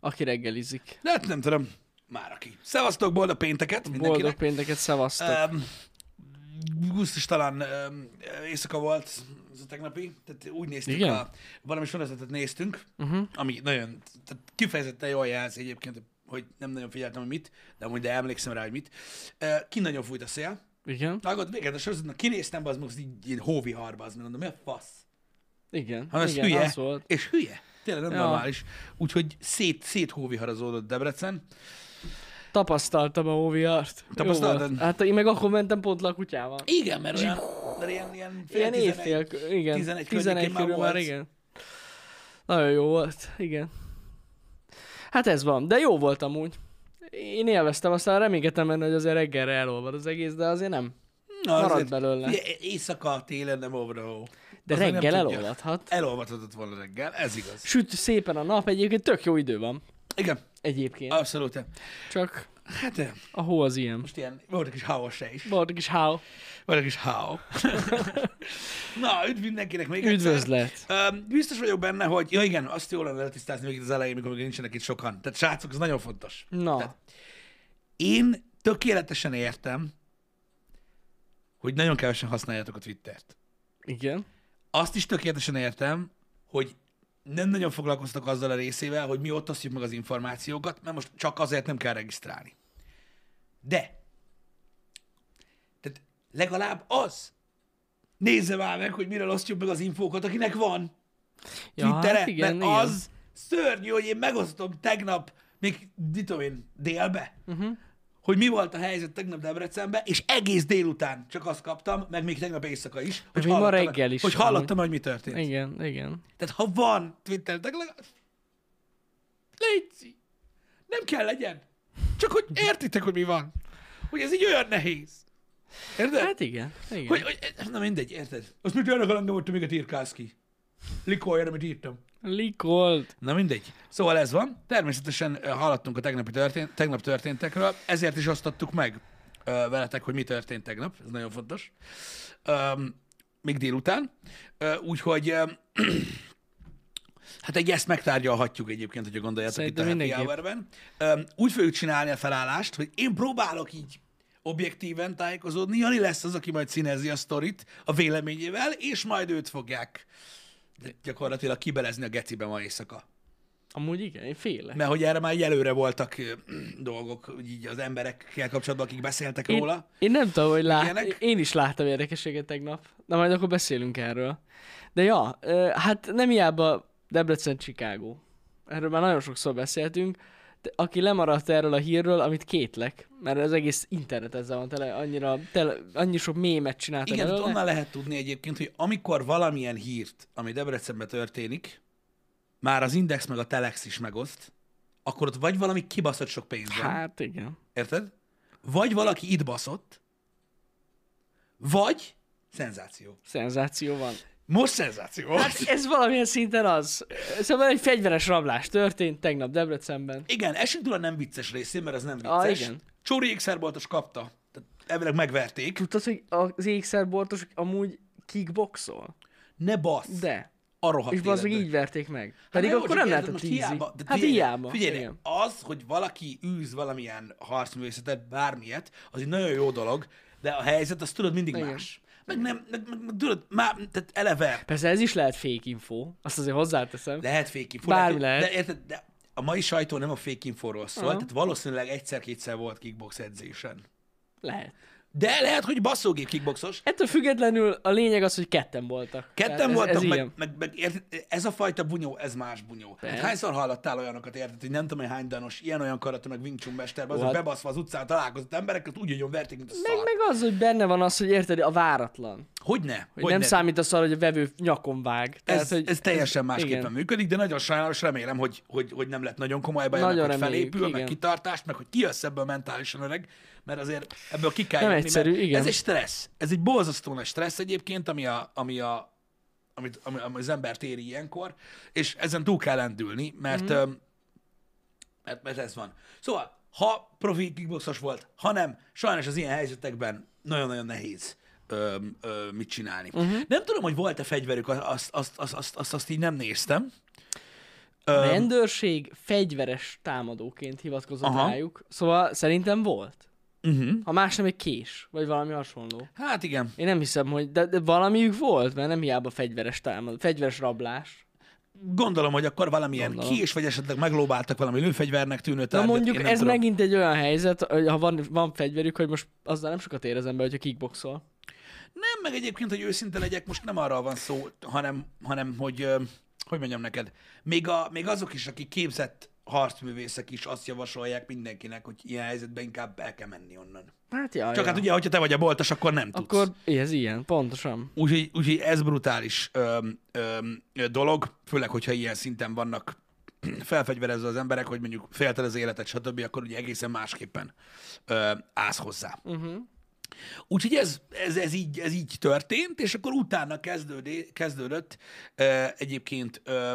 aki reggelizik. De hát nem tudom, már aki. Szevasztok, boldog pénteket Boldog mindenkinek. pénteket, szevasztok. Um, Guszt is talán um, éjszaka volt ez a tegnapi, tehát úgy néztük, Igen? A, valami sorozatot néztünk, Mhm, uh-huh. ami nagyon, tehát kifejezetten jól jelzi egyébként, hogy nem nagyon figyeltem, hogy mit, de amúgy de emlékszem rá, hogy mit. Uh, ki nagyon fújt a szél. Igen? Vágod, véget a sorozatnak, kinéztem, az most így, így hóviharba, az mondom, mi a fasz? Igen. Hát ez igen, hülye. az volt. És hülye. Tényleg nem Ja. normális. Úgyhogy szét, szét hóviharazódott Debrecen. Tapasztaltam a OVR-t. Jó Tapasztaltad? volt. Hát én meg akkor mentem pont le a kutyával. Igen, mert olyan, mert ilyen, ilyen, fél Ilyen 11. évfél, igen. 11, 11 környékén 11 már körül már, volt. igen. Nagyon jó volt, igen. Hát ez van, de jó volt amúgy. Én élveztem, aztán reménykedtem benne, hogy azért reggelre elolvad az egész, de azért nem. Na, Marad azért- belőle. Ugye, éjszaka, télen nem olvadó. De Az meg nem reggel tudja. elolvadhat. Elolvadhatott volna reggel, ez igaz. Süt szépen a nap, egyébként tök jó idő van. Igen, Egyébként. abszolút. Csak Hát eh, a hó az ilyen. most ilyen, volt egy kis hávos se is. Boldog is how. Volt egy kis háv. Na, üdv mindenkinek még egyszer. Üdvözlet. Öm, biztos vagyok benne, hogy... Ja igen, azt jól lenne letisztázni még itt az elején, mikor még nincsenek itt sokan. Tehát srácok, ez nagyon fontos. Na, Tehát én tökéletesen értem, hogy nagyon kevesen használjátok a Twittert. igen. Azt is tökéletesen értem, hogy nem nagyon foglalkoztak azzal a részével, hogy mi ott osztjuk meg az információkat, mert most csak azért nem kell regisztrálni. De, tehát legalább az, nézze már meg, hogy miről osztjuk meg az infókat, akinek van Ja, Twittere, hát igen, mert igen. az szörnyű, hogy én megosztom tegnap, még mit tudom én, délbe, Mhm. uh-huh. hogy mi volt a helyzet tegnap Debrecenben, és egész délután csak azt kaptam, meg még tegnap éjszaka is, hogy még ma hallottam, reggel is hogy, amúgy. hallottam hogy mi történt. Igen. Igen, igen. Tehát ha van Twitter, de legalább... Légy Nem kell legyen. Csak hogy értitek, hogy mi van. Hogy ez így olyan nehéz. Érted? Hát igen, igen. Hogy, hogy, na mindegy, érted? Azt mit jönnek a langom, hogy te még írkálsz ki. Likoljon, amit írtam. Likolt. Na mindegy. Szóval ez van. Természetesen ö, hallottunk a tegnapi történt, tegnap történtekről, ezért is osztottuk meg ö, veletek, hogy mi történt tegnap. Ez nagyon fontos. Öm, még délután. Ö, Úgyhogy öm, hát egy ezt megtárgyalhatjuk egyébként, hogyha gondoljátok Szerintem itt a happy mindenképp. hour-ben. Öm, Úgy fogjuk csinálni a felállást, hogy én próbálok így objektíven tájékozódni. Jani lesz az, aki majd színezi a sztorit a véleményével, és majd őt fogják gyakorlatilag kibelezni a gecibe ma éjszaka. Amúgy igen, én félek. Mert hogy erre már így előre voltak ö, dolgok, úgy így az emberekkel kapcsolatban, akik beszéltek én... róla. Én nem tudom, hogy lát... Ilyenek? Én is láttam érdekességet tegnap. Na majd akkor beszélünk erről. De ja, ö, hát nem hiába Debrecen Chicago. Erről már nagyon sokszor beszéltünk. De aki lemaradt erről a hírről, amit kétlek, mert az egész internet ezzel van tele, annyira, tele, annyi sok mémet csináltak Igen, ott belőle. onnan lehet tudni egyébként, hogy amikor valamilyen hírt, ami Debrecenben történik, már az Index meg a Telex is megoszt, akkor ott vagy valami kibaszott sok pénz van, Hát igen. érted? Vagy valaki itt baszott, vagy szenzáció. Szenzáció van. Most szenzáció. Hát, Hát ez valamilyen szinten az. Szóval egy fegyveres rablás történt tegnap Debrecenben. igen, esünk túl a nem vicces részén, mert az nem Ah, vicces. igen. Csóri ékszerboltos kapta. Tehát elvileg megverték. Tudtad, hogy az ékszerboltos amúgy kickboxol? Ne bassz! De. A rohadt És bazd meg életbe. így verték meg. Hát Pedig jó, akkor csak nem érted, lehetett most easy. hiába- de Hát figyelj, hiába. Figyelj, igen. az, hogy valaki űz valamilyen harcművészetet, bármilyet, az egy nagyon jó dolog, de a helyzet az tudod mindig Igen. más. Meg nem, meg, meg, meg tudod, már, tehát eleve Persze ez is lehet fake info, azt azért hozzáteszem. De... lehet féki. Bármi lehet. De, érted, de a mai sajtó nem a fake inforról szól, Aha. tehát valószínűleg egyszer-kétszer volt kickbox edzésen. Lehet. De lehet, hogy basszógép kickboxos, Ettől függetlenül a lényeg az, hogy ketten voltak. Tehát Ketten voltam, ez, ez meg, ilyen. meg, meg érted, ez a fajta bunyó, ez más bunyó. Hát Persze. hányszor hallottál olyanokat, érted, hogy nem tudom, hogy hány danos, ilyen-olyan karata, meg Wing Chun mesterben, azok What? bebaszva az utcán találkozott embereket, úgy, hogy verték, mint a szar. Meg, meg az, hogy benne van az, hogy érted, a váratlan. Hogyne? Hogy, Hogyne? nem számít az arra, hogy a vevő nyakon vág. Tehát, ez, hogy ez teljesen másképpen igen. működik, de nagyon sajnálatos, remélem, hogy, hogy, hogy nem lett nagyon komoly baj, meg, Nagyon hogy reméljük, felépül, meg igen. kitartást, meg hogy kijössz ebből mentálisan öreg, mert azért ebből ki kell Nem jutni, egyszerű, mert igen. Ez egy stressz. Ez egy borzasztó nagy stressz egyébként, ami, a, ami, a, amit, ami, ami az embert éri ilyenkor, és ezen túl kell lendülni, Mhm. mert, mm. mert, mert ez van. Szóval, ha profi kickboxos volt, ha nem, sajnos az ilyen helyzetekben nagyon-nagyon nehéz ö, ö, mit Mhm. csinálni. Uh-huh. Nem tudom, hogy volt-e fegyverük, azt, azt, azt, azt, azt, azt így nem néztem. A rendőrség fegyveres támadóként hivatkozott Aha. rájuk, szóval szerintem volt. Uh-huh. Ha más nem, egy kés, vagy valami hasonló. Hát igen. Én nem hiszem, hogy... De, de valamiük volt, mert nem hiába fegyveres támad, fegyveres rablás. Gondolom, hogy akkor valamilyen Gondolom. ki is, vagy esetleg meglóbáltak valami lőfegyvernek tűnő Na tárgyat. mondjuk én ez nem tudom. megint egy olyan helyzet, hogy ha van, van fegyverük, hogy most azzal nem sokat ér az ember, hogyha kickboxol. Nem, meg egyébként, hogy őszinte legyek, most nem arra van szó, hanem, hanem hogy, ö, hogy mondjam neked, még, a, még azok is, akik képzett harcművészek is azt javasolják mindenkinek, hogy ilyen helyzetben inkább el kell menni onnan. Hát jaj, Csak jaj. hát ugye, hogyha te vagy a boltos, akkor nem tudsz. Akkor ez ilyen, pontosan. Úgyhogy, úgyhogy ez brutális öm, öm, ö, dolog, főleg, hogyha ilyen szinten vannak felfegyverezve az emberek, hogy mondjuk félted az életet, stb., akkor ugye egészen másképpen ö, állsz hozzá. Uh-huh. Úgyhogy ez, ez, ez, így, ez így történt, és akkor utána kezdődé, kezdődött ö, egyébként ö,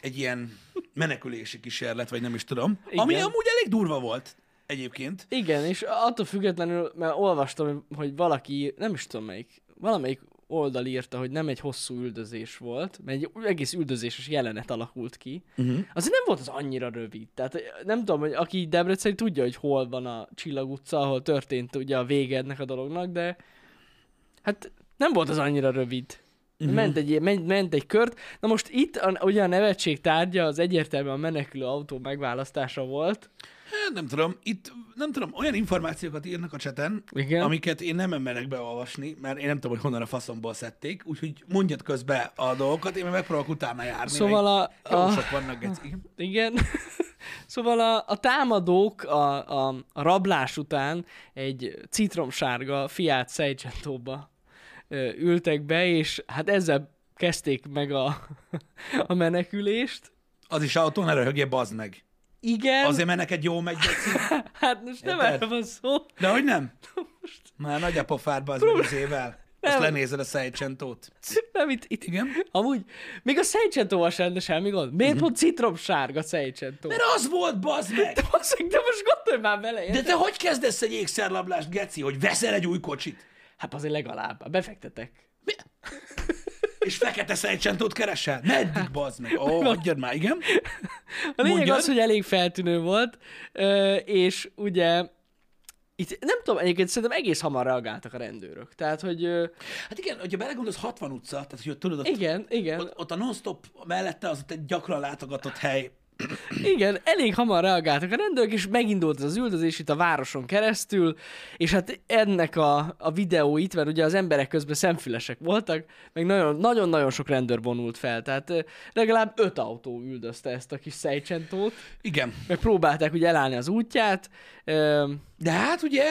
egy ilyen menekülési kísérlet, vagy nem is tudom, Igen. ami Igen. amúgy elég durva volt egyébként. Igen, és attól függetlenül, mert olvastam, hogy valaki, nem is tudom melyik, valamelyik oldal írta, hogy nem egy hosszú üldözés volt, mert egy egész üldözéses jelenet alakult ki. Uh-huh. Azért nem volt az annyira rövid. Tehát eh, nem tudom, hogy aki így Debrecen tudja, hogy hol van a Csillag utca, ahol történt ugye a vége ennek a dolognak, de hát nem volt az annyira rövid. Uh-huh. Ment, egy, ment, ment egy kört. Na most itt a, ugye a nevetség tárgya az egyértelműen a menekülő autó megválasztása volt. Hát Nem tudom, itt nem tudom, olyan információkat írnak a cseten, Igen. amiket én nem merek beolvasni, mert én nem tudom, hogy honnan a faszomból szedték, úgyhogy mondjad közbe a dolgokat, én meg megpróbálok utána járni. Szóval a, Jó a, sok vannak, geci. Igen. Szóval a, a támadók a, a, a rablás után egy citromsárga Fiat Seicento-ba ö, ültek be, és hát ezzel kezdték meg a, a menekülést. Az is autó, ne röhögje, bazd meg. Igen, Azért, mert neked jó megy, geci. hát most nem Érted? erre van szó. De hogy nem? Már nagy a pofád, bazd meg az évvel. Azt Nem. lenézed a Seicentót. Nem, itt, itt, Igen. amúgy, még a Seicento-val sem, de semmi gond. Miért uh-huh. pont citromsárga Seicento? Mert az volt, bazd meg! De, basszak, de most gondolj már bele, De de... te hogy kezdesz egy ékszerlablást, geci, hogy veszel egy új kocsit? Hát azért legalább, befektetek. És fekete Seicentót keresel? Meddig, bazd meg? Ó, hagyjad már, igen. A lényeg Mondjad. az, hogy elég feltűnő volt, ö, és ugye itt nem tudom, egyébként szerintem egész hamar reagáltak a rendőrök. Tehát, hogy ö, Hát igen, hogyha belegondolsz, 60 utca, tehát hogy ott tudod, ott, igen, igen, ott, ott a non-stop mellette az ott egy gyakran látogatott hely. igen, elég hamar reagáltak a rendőrök, és megindult ez az üldözés itt a városon keresztül, és hát ennek a, a videó itt, mert ugye az emberek közben szemfülesek voltak, meg nagyon- nagyon-nagyon sok rendőr vonult fel, tehát ö, legalább öt autó üldözte ezt a kis Seicentót, Igen. meg próbálták ugye elállni az útját, ö, De hát ugye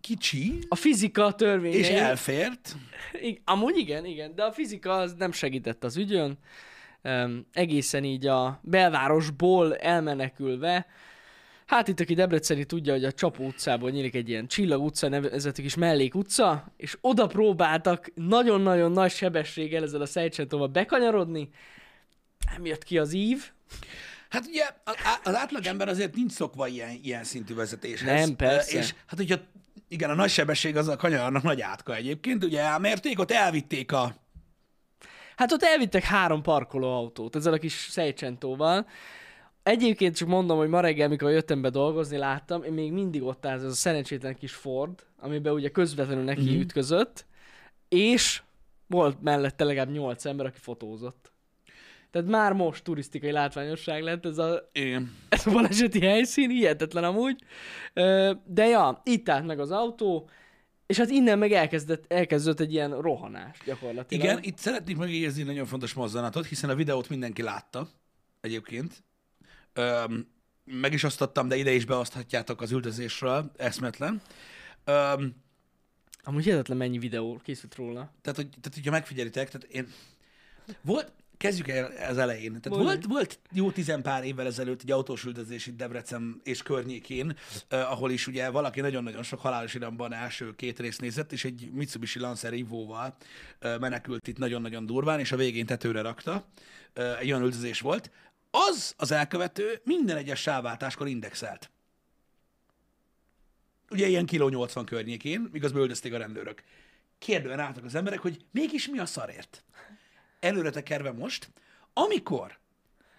kicsi, a fizika törvényei... és elfért. Igen, amúgy igen, igen, de a fizika az nem segített az ügyön. Um, egészen így a belvárosból elmenekülve, hát itt aki Debreceni tudja, hogy a Csapó utcában nyílik egy ilyen Csillag utca nevezetű kis mellék utca, és oda próbáltak nagyon-nagyon nagy sebességgel ezzel a Szejcsentóval bekanyarodni, nem jött ki az ív, Hát ugye a- á- az átlagember azért nincs szokva ilyen, ilyen szintű vezetéshez. Nem, persze. És hát hogyha, igen, a nagy sebesség az a kanyarnak nagy átka egyébként, ugye elmérték, ott elvitték a... Hát ott elvittek három parkoló autót ezzel a kis Szejcsentóval. Egyébként csak mondom, hogy ma reggel, mikor jöttem be dolgozni, láttam, én még mindig ott állt ez a szerencsétlen kis Ford, amiben ugye közvetlenül neki mm-hmm. ütközött, és volt mellette legalább nyolc ember, aki fotózott. Tehát már most turisztikai látványosság lett ez a, Igen. ez a baleseti helyszín, hihetetlen amúgy. Ö, De ja, itt állt meg az autó, és hát innen meg elkezdett, elkezdődött egy ilyen rohanás gyakorlatilag. Igen, itt szeretnék megjegyezni egy nagyon fontos mozzanatot, hiszen a videót mindenki látta egyébként. Öm, meg is osztottam, de ide is beoszthatjátok az üldözésről, eszmetlen. Öm, Amúgy hihetetlen mennyi videó készült róla. tehát, hogy, tehát, hogyha megfigyelitek, tehát én... Volt, kezdjük el az elején. Tehát Mondj. volt, volt jó tizen pár évvel ezelőtt egy autós üldözés itt Debrecen és környékén, eh, ahol is ugye valaki nagyon-nagyon sok halálos iramban első két részt nézett, és egy Mitsubishi Lancer Evo-val eh, menekült itt nagyon-nagyon durván, és a végén tetőre rakta. Eh, egy olyan üldözés volt. Az az elkövető minden egyes sávváltáskor indexelt ugye ilyen kiló 80 környékén, miközben üldözték a rendőrök. Kérdően álltak az emberek, hogy mégis mi a szarért? előre tekerve most, amikor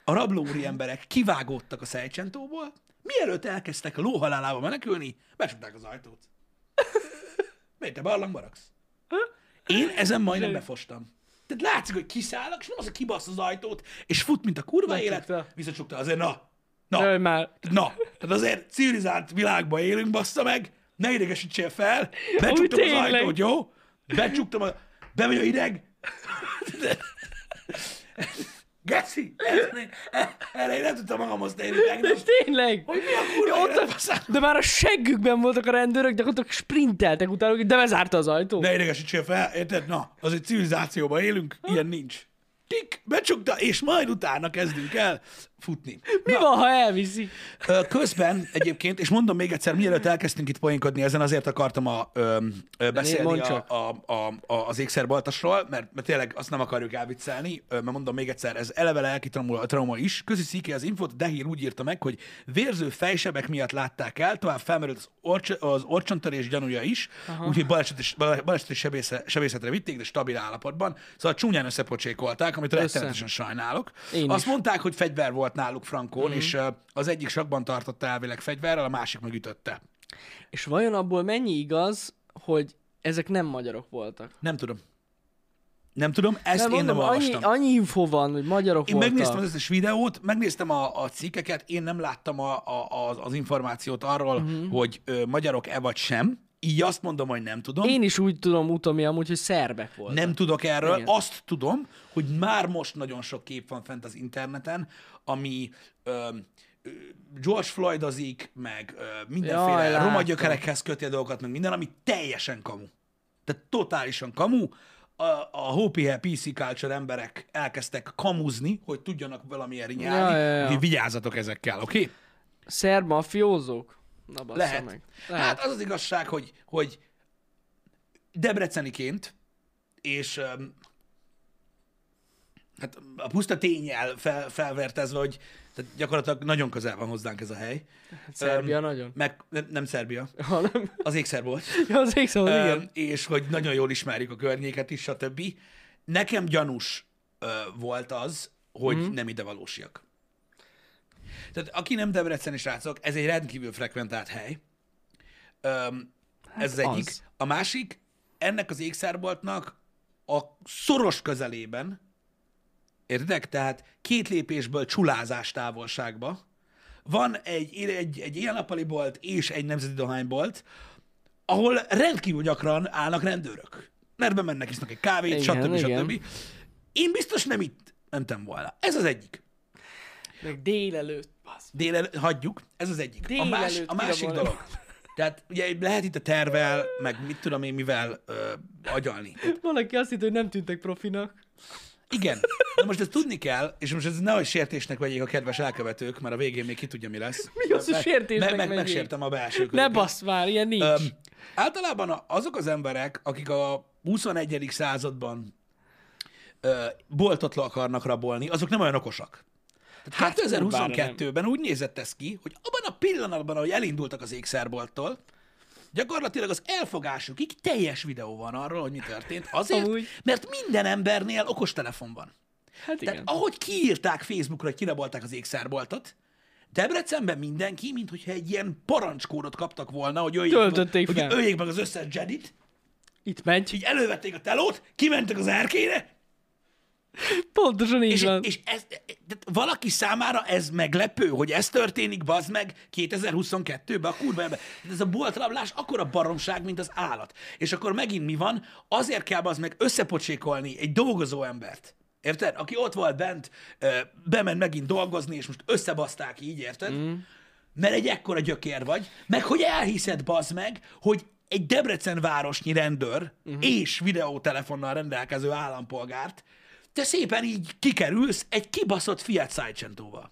a rabló emberek kivágódtak a Szejcsentóból, mielőtt elkezdtek a lóhalálába menekülni, besúgták az ajtót. Miért te barlang maradsz? Én ezen majdnem befostam. Tehát látszik, hogy kiszállnak, és nem az, hogy kibasz az ajtót, és fut, mint a kurva élet, Becsukta. visszacsukta. Azért na, Jaj, na, már. na. Tehát azért civilizált világban élünk, bassza meg, ne idegesítsél fel, Úgy becsuktam az tényleg. ajtót, jó? Becsuktam a... Bemegy a ideg. Geci, erre- erre én nem tudtam magamhoz tenni tegnap. De tényleg! Hogy mi a kurva Ott élet, a, basszám? de már a seggükben voltak a rendőrök, gyakorlatilag sprinteltek utána, de bezárta az ajtó. Ne idegesítsél fel, érted? Na, azért civilizációban élünk, ilyen nincs. Tik, becsukta, és majd utána kezdünk el futni. Mi van, ha elviszi? Ö, Közben egyébként, és mondom még egyszer, mielőtt elkezdtünk itt poénkodni ezen, azért akartam a, ö, ö, beszélni Mondd a, csak. a, a, a, az ékszerbaltasról, mert, mert tényleg azt nem akarjuk elviccelni, ö, mert mondom még egyszer, ez eleve lelki trauma, trauma is. Közi Sziki az infót, Dehír úgy írta meg, hogy vérző fejsebek miatt látták el, tovább felmerült az, orcs, az orcsontörés gyanúja is, úgyhogy baleseti, baleseti sebésze, sebészetre vitték, de stabil állapotban. Szóval csúnyán összepocsékolták, amit rettenetesen sajnálok. Én Azt is. Mhm. Mondták, hogy fegyver volt náluk Frankon, mm. és ö, az egyik sakban tartotta elvileg fegyverrel, a másik megütötte. És vajon abból mennyi igaz, hogy ezek nem magyarok voltak? Nem tudom. Nem tudom, ezt Nem, nem, én mondom, nem annyi, olvastam. annyi info van, hogy magyarok Én voltak. megnéztem az összes videót, megnéztem a, a cikkeket, én nem láttam a, a, az, az információt arról, Mhm. uh-huh. hogy ö, magyarok-e vagy sem. Így azt mondom, hogy nem tudom. Én is úgy tudom utomi amúgy, hogy szerbek voltak. Nem tudok erről. Igen. Igen. Azt tudom, hogy már most nagyon sok kép van fent az interneten, ami ö, ö, George Floyd azik, meg ö, mindenféle Jaj, Jaj, látom. roma gyökerekhez köti a dolgokat, meg minden, ami teljesen kamu. Tehát totálisan kamu. A, a Hopi Hair PC Culture emberek elkezdtek kamuzni, hogy tudjanak valamilyen rinyálni. Ja, ja, ja. Úgyhogy Vigyázzatok ezekkel, oké? Okay? Szerb mafiózók? Na bassza Lehet. meg. Lehet. Lehet. Hát az az igazság, hogy, hogy debreceniként, és öm, hát a puszta tényel fel, felvertezve, hogy tehát gyakorlatilag nagyon közel van hozzánk ez a hely. Szerbia Öm, nagyon. Meg, nem, nem Szerbia, Hanem, az ékszer volt. az ég szóval, igen. Öm, és hogy nagyon jól ismerjük a környéket is, stb. Nekem gyanús ö, volt az, hogy Mhm. mm. nem ide valósiak. Tehát aki nem Debreceni srácok, ez egy rendkívül frekventált hely. Öm, ez az Hát az. egyik. A másik, ennek az ékszerboltnak a szoros közelében, értedek? Tehát két lépésből csulázás távolságba van egy, egy, egy ilyen nappali bolt és egy nemzeti dohánybolt, ahol rendkívül gyakran állnak rendőrök. Mert bemennek, isznak egy kávét, Igen, stb. igen. stb. Én biztos nem itt mentem volna. Ez az egyik. Meg délelőtt. bassz. Délel, hagyjuk, ez az egyik. a, más, Délelőtt a másik kirabolni. dolog. Tehát ugye lehet itt a tervel, meg mit tudom én mivel ö, agyalni. Valaki azt hitt, hogy nem tűntek profinak. Igen. Na most ezt tudni kell, és most ez nehogy sértésnek vegyék a kedves elkövetők, mert a végén még ki tudja, mi lesz. Mi az, hogy Meg- sértésnek meg, meg, vegyék? megsértem a belső Ne köröket. basz már, ilyen nincs. Öm, általában a- azok az emberek, akik a 21. században ö, boltot le akarnak rabolni, azok nem olyan okosak. Tehát Hát, kurvára nem. 2022-ben úgy nézett ez ki, hogy abban a pillanatban, ahogy elindultak az ékszerbolttól, gyakorlatilag az elfogásukig teljes videó van arról, hogy mi történt. Azért, Amúgy. mert minden embernél okostelefon van. hát igen. Tehát ahogy kiírták Facebookra, hogy kirabolták az ékszerboltot, Debrecenben mindenki, mintha egy ilyen parancskódot kaptak volna, hogy öljék, Töltötték meg, fel. hogy öljék meg az összes Jedit, Itt megy. így elővették a telót, kimentek az erkére, Pontosan így és, van. és ez, tehát valaki számára ez meglepő, hogy ez történik, bazd meg, 2022-ben a kurva ember. Tehát ez a boltrablás akkora baromság, mint az állat. És akkor megint mi van? Azért kell bazd meg összepocsékolni egy dolgozó embert. Érted? Aki ott volt bent, ö, bement megint dolgozni, és most összebaszták így, érted? Mm. Mert egy ekkora gyökér vagy, meg hogy elhiszed, bazd meg, hogy egy Debrecenvárosnyi rendőr Mhm. uh-huh. és videótelefonnal rendelkező állampolgárt te szépen így kikerülsz egy kibaszott Fiat Sargentóval.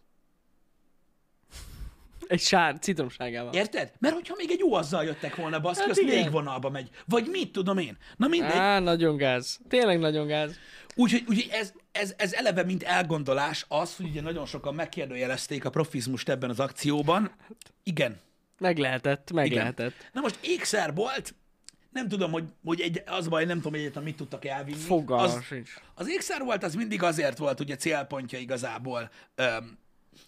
Egy sár, citromságával. Érted? Mert hogyha még egy azzal jöttek volna, baszki, Hát hát az igen. Hát- légvonalba megy. Vagy mit tudom én. Na mindegy. Á, nagyon gáz. Tényleg nagyon gáz. Úgyhogy úgy, ez, ez, ez eleve mint elgondolás az, hogy ugye nagyon sokan megkérdőjelezték a profizmust ebben az akcióban. Igen. Meg lehetett, meg Igen. lehetett. Na most ékszerbolt, Nem tudom, hogy, hogy egy, az a baj, nem tudom hogy egyáltalán mit tudtak elvinni. Fogalmam az, sincs. az Ékszár volt, az mindig azért volt, ugye célpontja igazából, öm,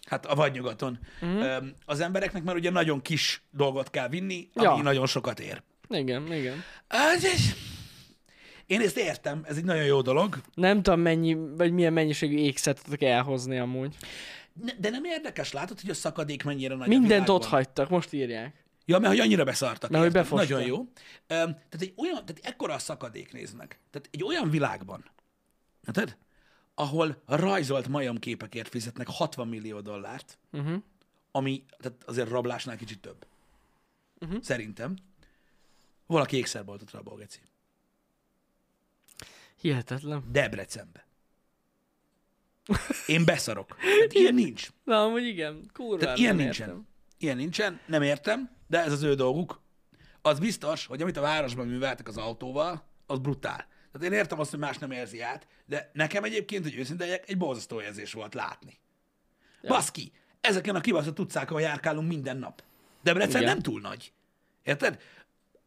hát a vadnyugaton Mhm. mm. öm, az embereknek, mert ugye nagyon kis dolgot kell vinni, ami Ja. ja. nagyon sokat ér. Igen, igen. Hát, ez- Én ezt értem, ez egy nagyon jó dolog, Nem tudom mennyi, vagy milyen mennyiségű ékszert tudtak elhozni amúgy. Ne- de nem érdekes, látod, hogy a szakadék mennyire nagy a Mindent világban? ott hagytak, most írják. Ja, mert hogy annyira beszartak. Mert hogy érted? befosta. Nagyon jó. Öm, tehát egy olyan, tehát ekkora a szakadék néznek. Tehát egy olyan világban, érted? ahol rajzolt majomképekért fizetnek 60 millió dollárt, uh-huh. Mhm. ami tehát azért rablásnál kicsit több. Mhm. Uh-huh. Szerintem. Valaki ékszerboltot rabol, geci. Hihetetlen. Debrecenbe. Én beszarok. Tehát ilyen nincs. Na, amúgy igen, kurva. Tehát ilyen nincsen. Ilyen nincsen, nem értem, de ez az ő dolguk. Az biztos, hogy amit a városban műveltek az autóval, az brutál. Tehát én értem azt, hogy más nem érzi át, de nekem egyébként, hogy őszinte legyek, egy borzasztó érzés volt látni. Ja. Baszki, ezeken a kibaszott utcákon járkálunk minden nap. Debrecen Igen. nem túl nagy. Érted?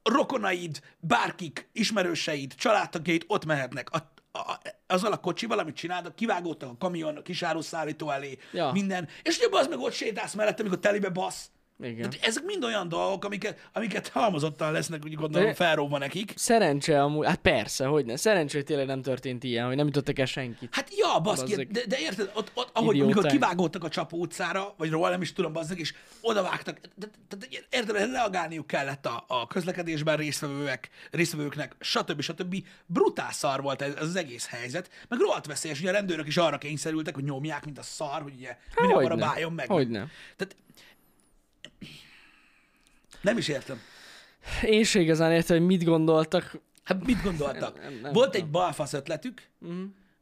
Rokonaid, bárkik, ismerőseid, családtagjaid ott mehetnek. A, a, a, azzal a kocsival, amit csináltak, kivágódtak a kamion, a kisáruszállító elé, Ja. ja. minden. És ugye az meg ott sétálsz mellett, amikor telibe basz. Igen. Tehát ezek mind olyan dolgok, amiket, amiket halmozottan lesznek, úgy gondolom, felróva nekik. Szerencse amúgy, hát persze, hogy ne. Szerencse, hogy tényleg nem történt ilyen, hogy nem jutottak el senkit. Hát ja, baszki, Bazzeg. de, de érted, ott, ott ahogy Idióták. amikor kivágódtak a csapó utcára, vagy róla nem is tudom, bazzeg, és odavágtak, de, de, de, érted, erre reagálniuk kellett a, a közlekedésben résztvevőek, résztvevőknek, stb. stb. Brutál szar volt ez, ez az egész helyzet, meg rohadt veszélyes, ugye a rendőrök is arra kényszerültek, hogy nyomják, mint a szar, hogy ugye minél Hát, hogyne. hamarabb álljon meg. Hogyne. Tehát, nem is értem. Én se igazán értem, hogy mit gondoltak. Hát mit gondoltak? Nem- nem Volt egy balfasz ötletük,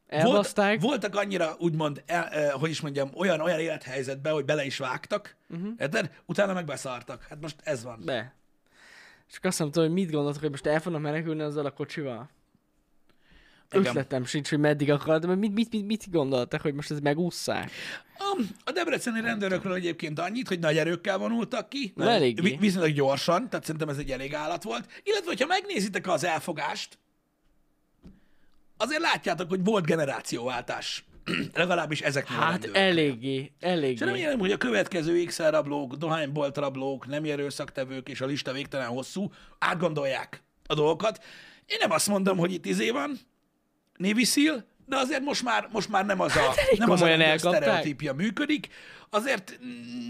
Elbaszták. Volt, voltak annyira, úgymond, el, eh, hogy is mondjam, olyan, olyan élethelyzetben, hogy bele is vágtak, Mhm. uh-huh. érted? Utána meg beszartak. Hát most ez van. Be. Csak azt nem tudom, hogy mit gondoltak, hogy most el fognak menekülni azzal a kocsival. Igen. Ötletem sincs, hogy meddig akart, mert mit, mit, mit, mit gondoltak, hogy most ezt megússzák? A, a debreceni rendőrökről egyébként annyit, hogy nagy erőkkel vonultak ki, Na, eléggé. vi- viszonylag gyorsan, tehát szerintem ez egy elég állat volt. Illetve, hogyha megnézitek az elfogást, azért látjátok, hogy volt generációváltás. Legalábbis ezeknél a Hát rendőröknél. eléggé, És eléggé. remélem, hogy a következő ékszerrablók, dohányboltrablók, nem erőszaktevők és a lista végtelen hosszú átgondolják a dolgokat. Én nem azt mondom, hogy itt izé van, Navy Seal, de azért most már, most már nem az a, nem az a Hát komolyan rendőr elkapták. sztereotípia működik, azért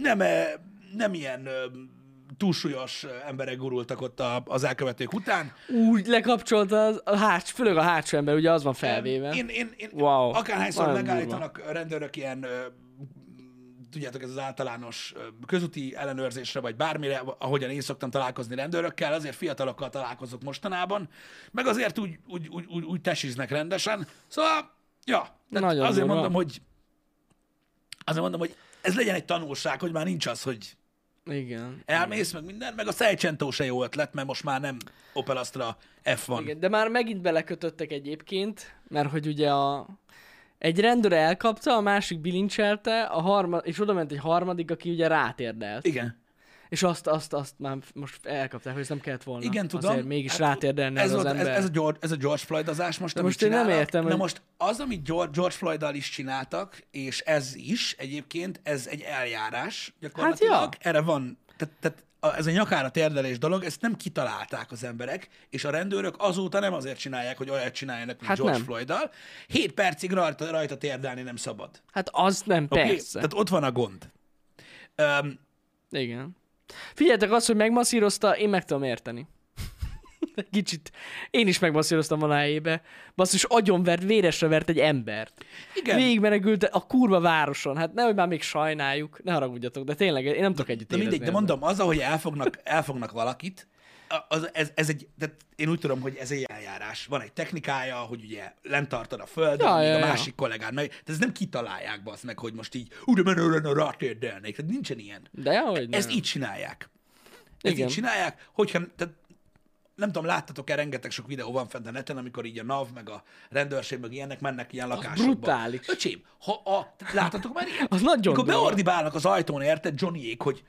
nem, eh, nem ilyen eh, túlsúlyos emberek gurultak ott a- az elkövetők után. Úgy lekapcsolta az, a háts, főleg a hátsó ember, ugye az van felvéve. Én, én, én Wow, wow. akárhányszor nagyon megállítanak a rendőrök ilyen, ö, tudjátok, ez az általános ö, közúti ellenőrzésre, vagy bármire, ahogyan én szoktam találkozni rendőrökkel, azért fiatalokkal találkozok mostanában, meg azért úgy, úgy, úgy, úgy, úgy tesiznek rendesen. Szóval, ja, tehát Nagyon azért durva. mondom, hogy azért mondom, hogy ez legyen egy tanulság, hogy már nincs az, hogy Igen. elmész, meg minden, meg a Seicento se jó ötlet, mert most már nem Opel Astra F van. Igen, de már megint belekötöttek egyébként, mert hogy ugye a... Egy rendőr elkapta, a másik bilincselte, a harma... és oda ment egy harmadik, aki ugye rátérdelt. Igen. És azt, azt, azt már most elkapták, hogy ez nem kellett volna. Igen, tudom. Azért mégis hát, rátérdelne ez ez az volt- ember. Ez, ez, a George, ez a George Floyd-azás most, amit most én nem csinálnak. értem, Na hogy- most az, amit George, George Floyd-dal is csináltak, és ez is egyébként, ez egy eljárás gyakorlatilag. Hát Erre van, tehát, tehát a- ez a nyakára térdelés dolog, ezt nem kitalálták az emberek, és a rendőrök azóta nem azért csinálják, hogy olyat csináljanak, mint Hát George nem. Floyd-dal. Hét percig rajta, rajta térdelni nem szabad. Hát az nem, Oké? persze. Tehát ott van a gond. Um, Igen. Figyeljetek, azt, hogy megmasszírozta, én meg tudom érteni. Egy Kicsit. Én is megmasszíroztam volna a helyébe. Basszus, agyonvert, véresre vert egy embert. igen. Végigmenekült a kurva városon. Hát nehogy már még sajnáljuk. Ne haragudjatok, de tényleg én nem tudok együtt De mindegy, de érezni mondom, az, ahogy elfognak, elfognak valakit, a- az, ez, ez egy, de én úgy tudom, hogy ez egy eljárás. Van egy technikája, hogy ugye lent tartod a földön, Ja, ja, míg ja, ja, a ja. másik kollégán meg. De ez nem kitalálják, basz meg, hogy most így, úgy menőre rátérdelnék. Tehát nincsen ilyen. ezzel. De hogy Ezt így csinálják. Ezt Igen. így csinálják, hogyha, tehát nem tudom, láttatok-e, rengeteg sok videó van fent a neten, amikor így a NAV, meg a rendőrség, meg ilyenek mennek ilyen lakásokba. brutális. Öcsém, ha a, tehát láttatok már ilyet? Az nagyon Amikor durva. beordibálnak az ajtón, érted, Johnnyék, hogy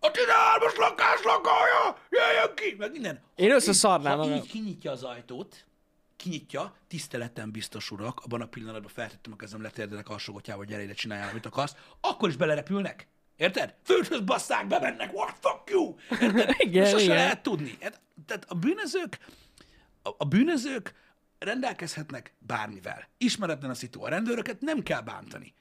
a 13-as lakás lakója, jöjjön ki, meg minden. Én Ha összeszarnám így- Ha magam. így kinyitja az ajtót, kinyitja, tiszteletem biztos urak, abban a pillanatban feltettem a kezem, letérdenek alsógotyával, gyere ide, csináljál, amit akarsz, akkor is belerepülnek. Érted? Földhöz basszák, bemennek, what fuck you! Érted? Igen, Sose igen. lehet tudni. Hát, Tehát a bűnözők, a, a bűnözők rendelkezhetnek bármivel. Ismeretlen a szitu. A rendőröket nem kell bántani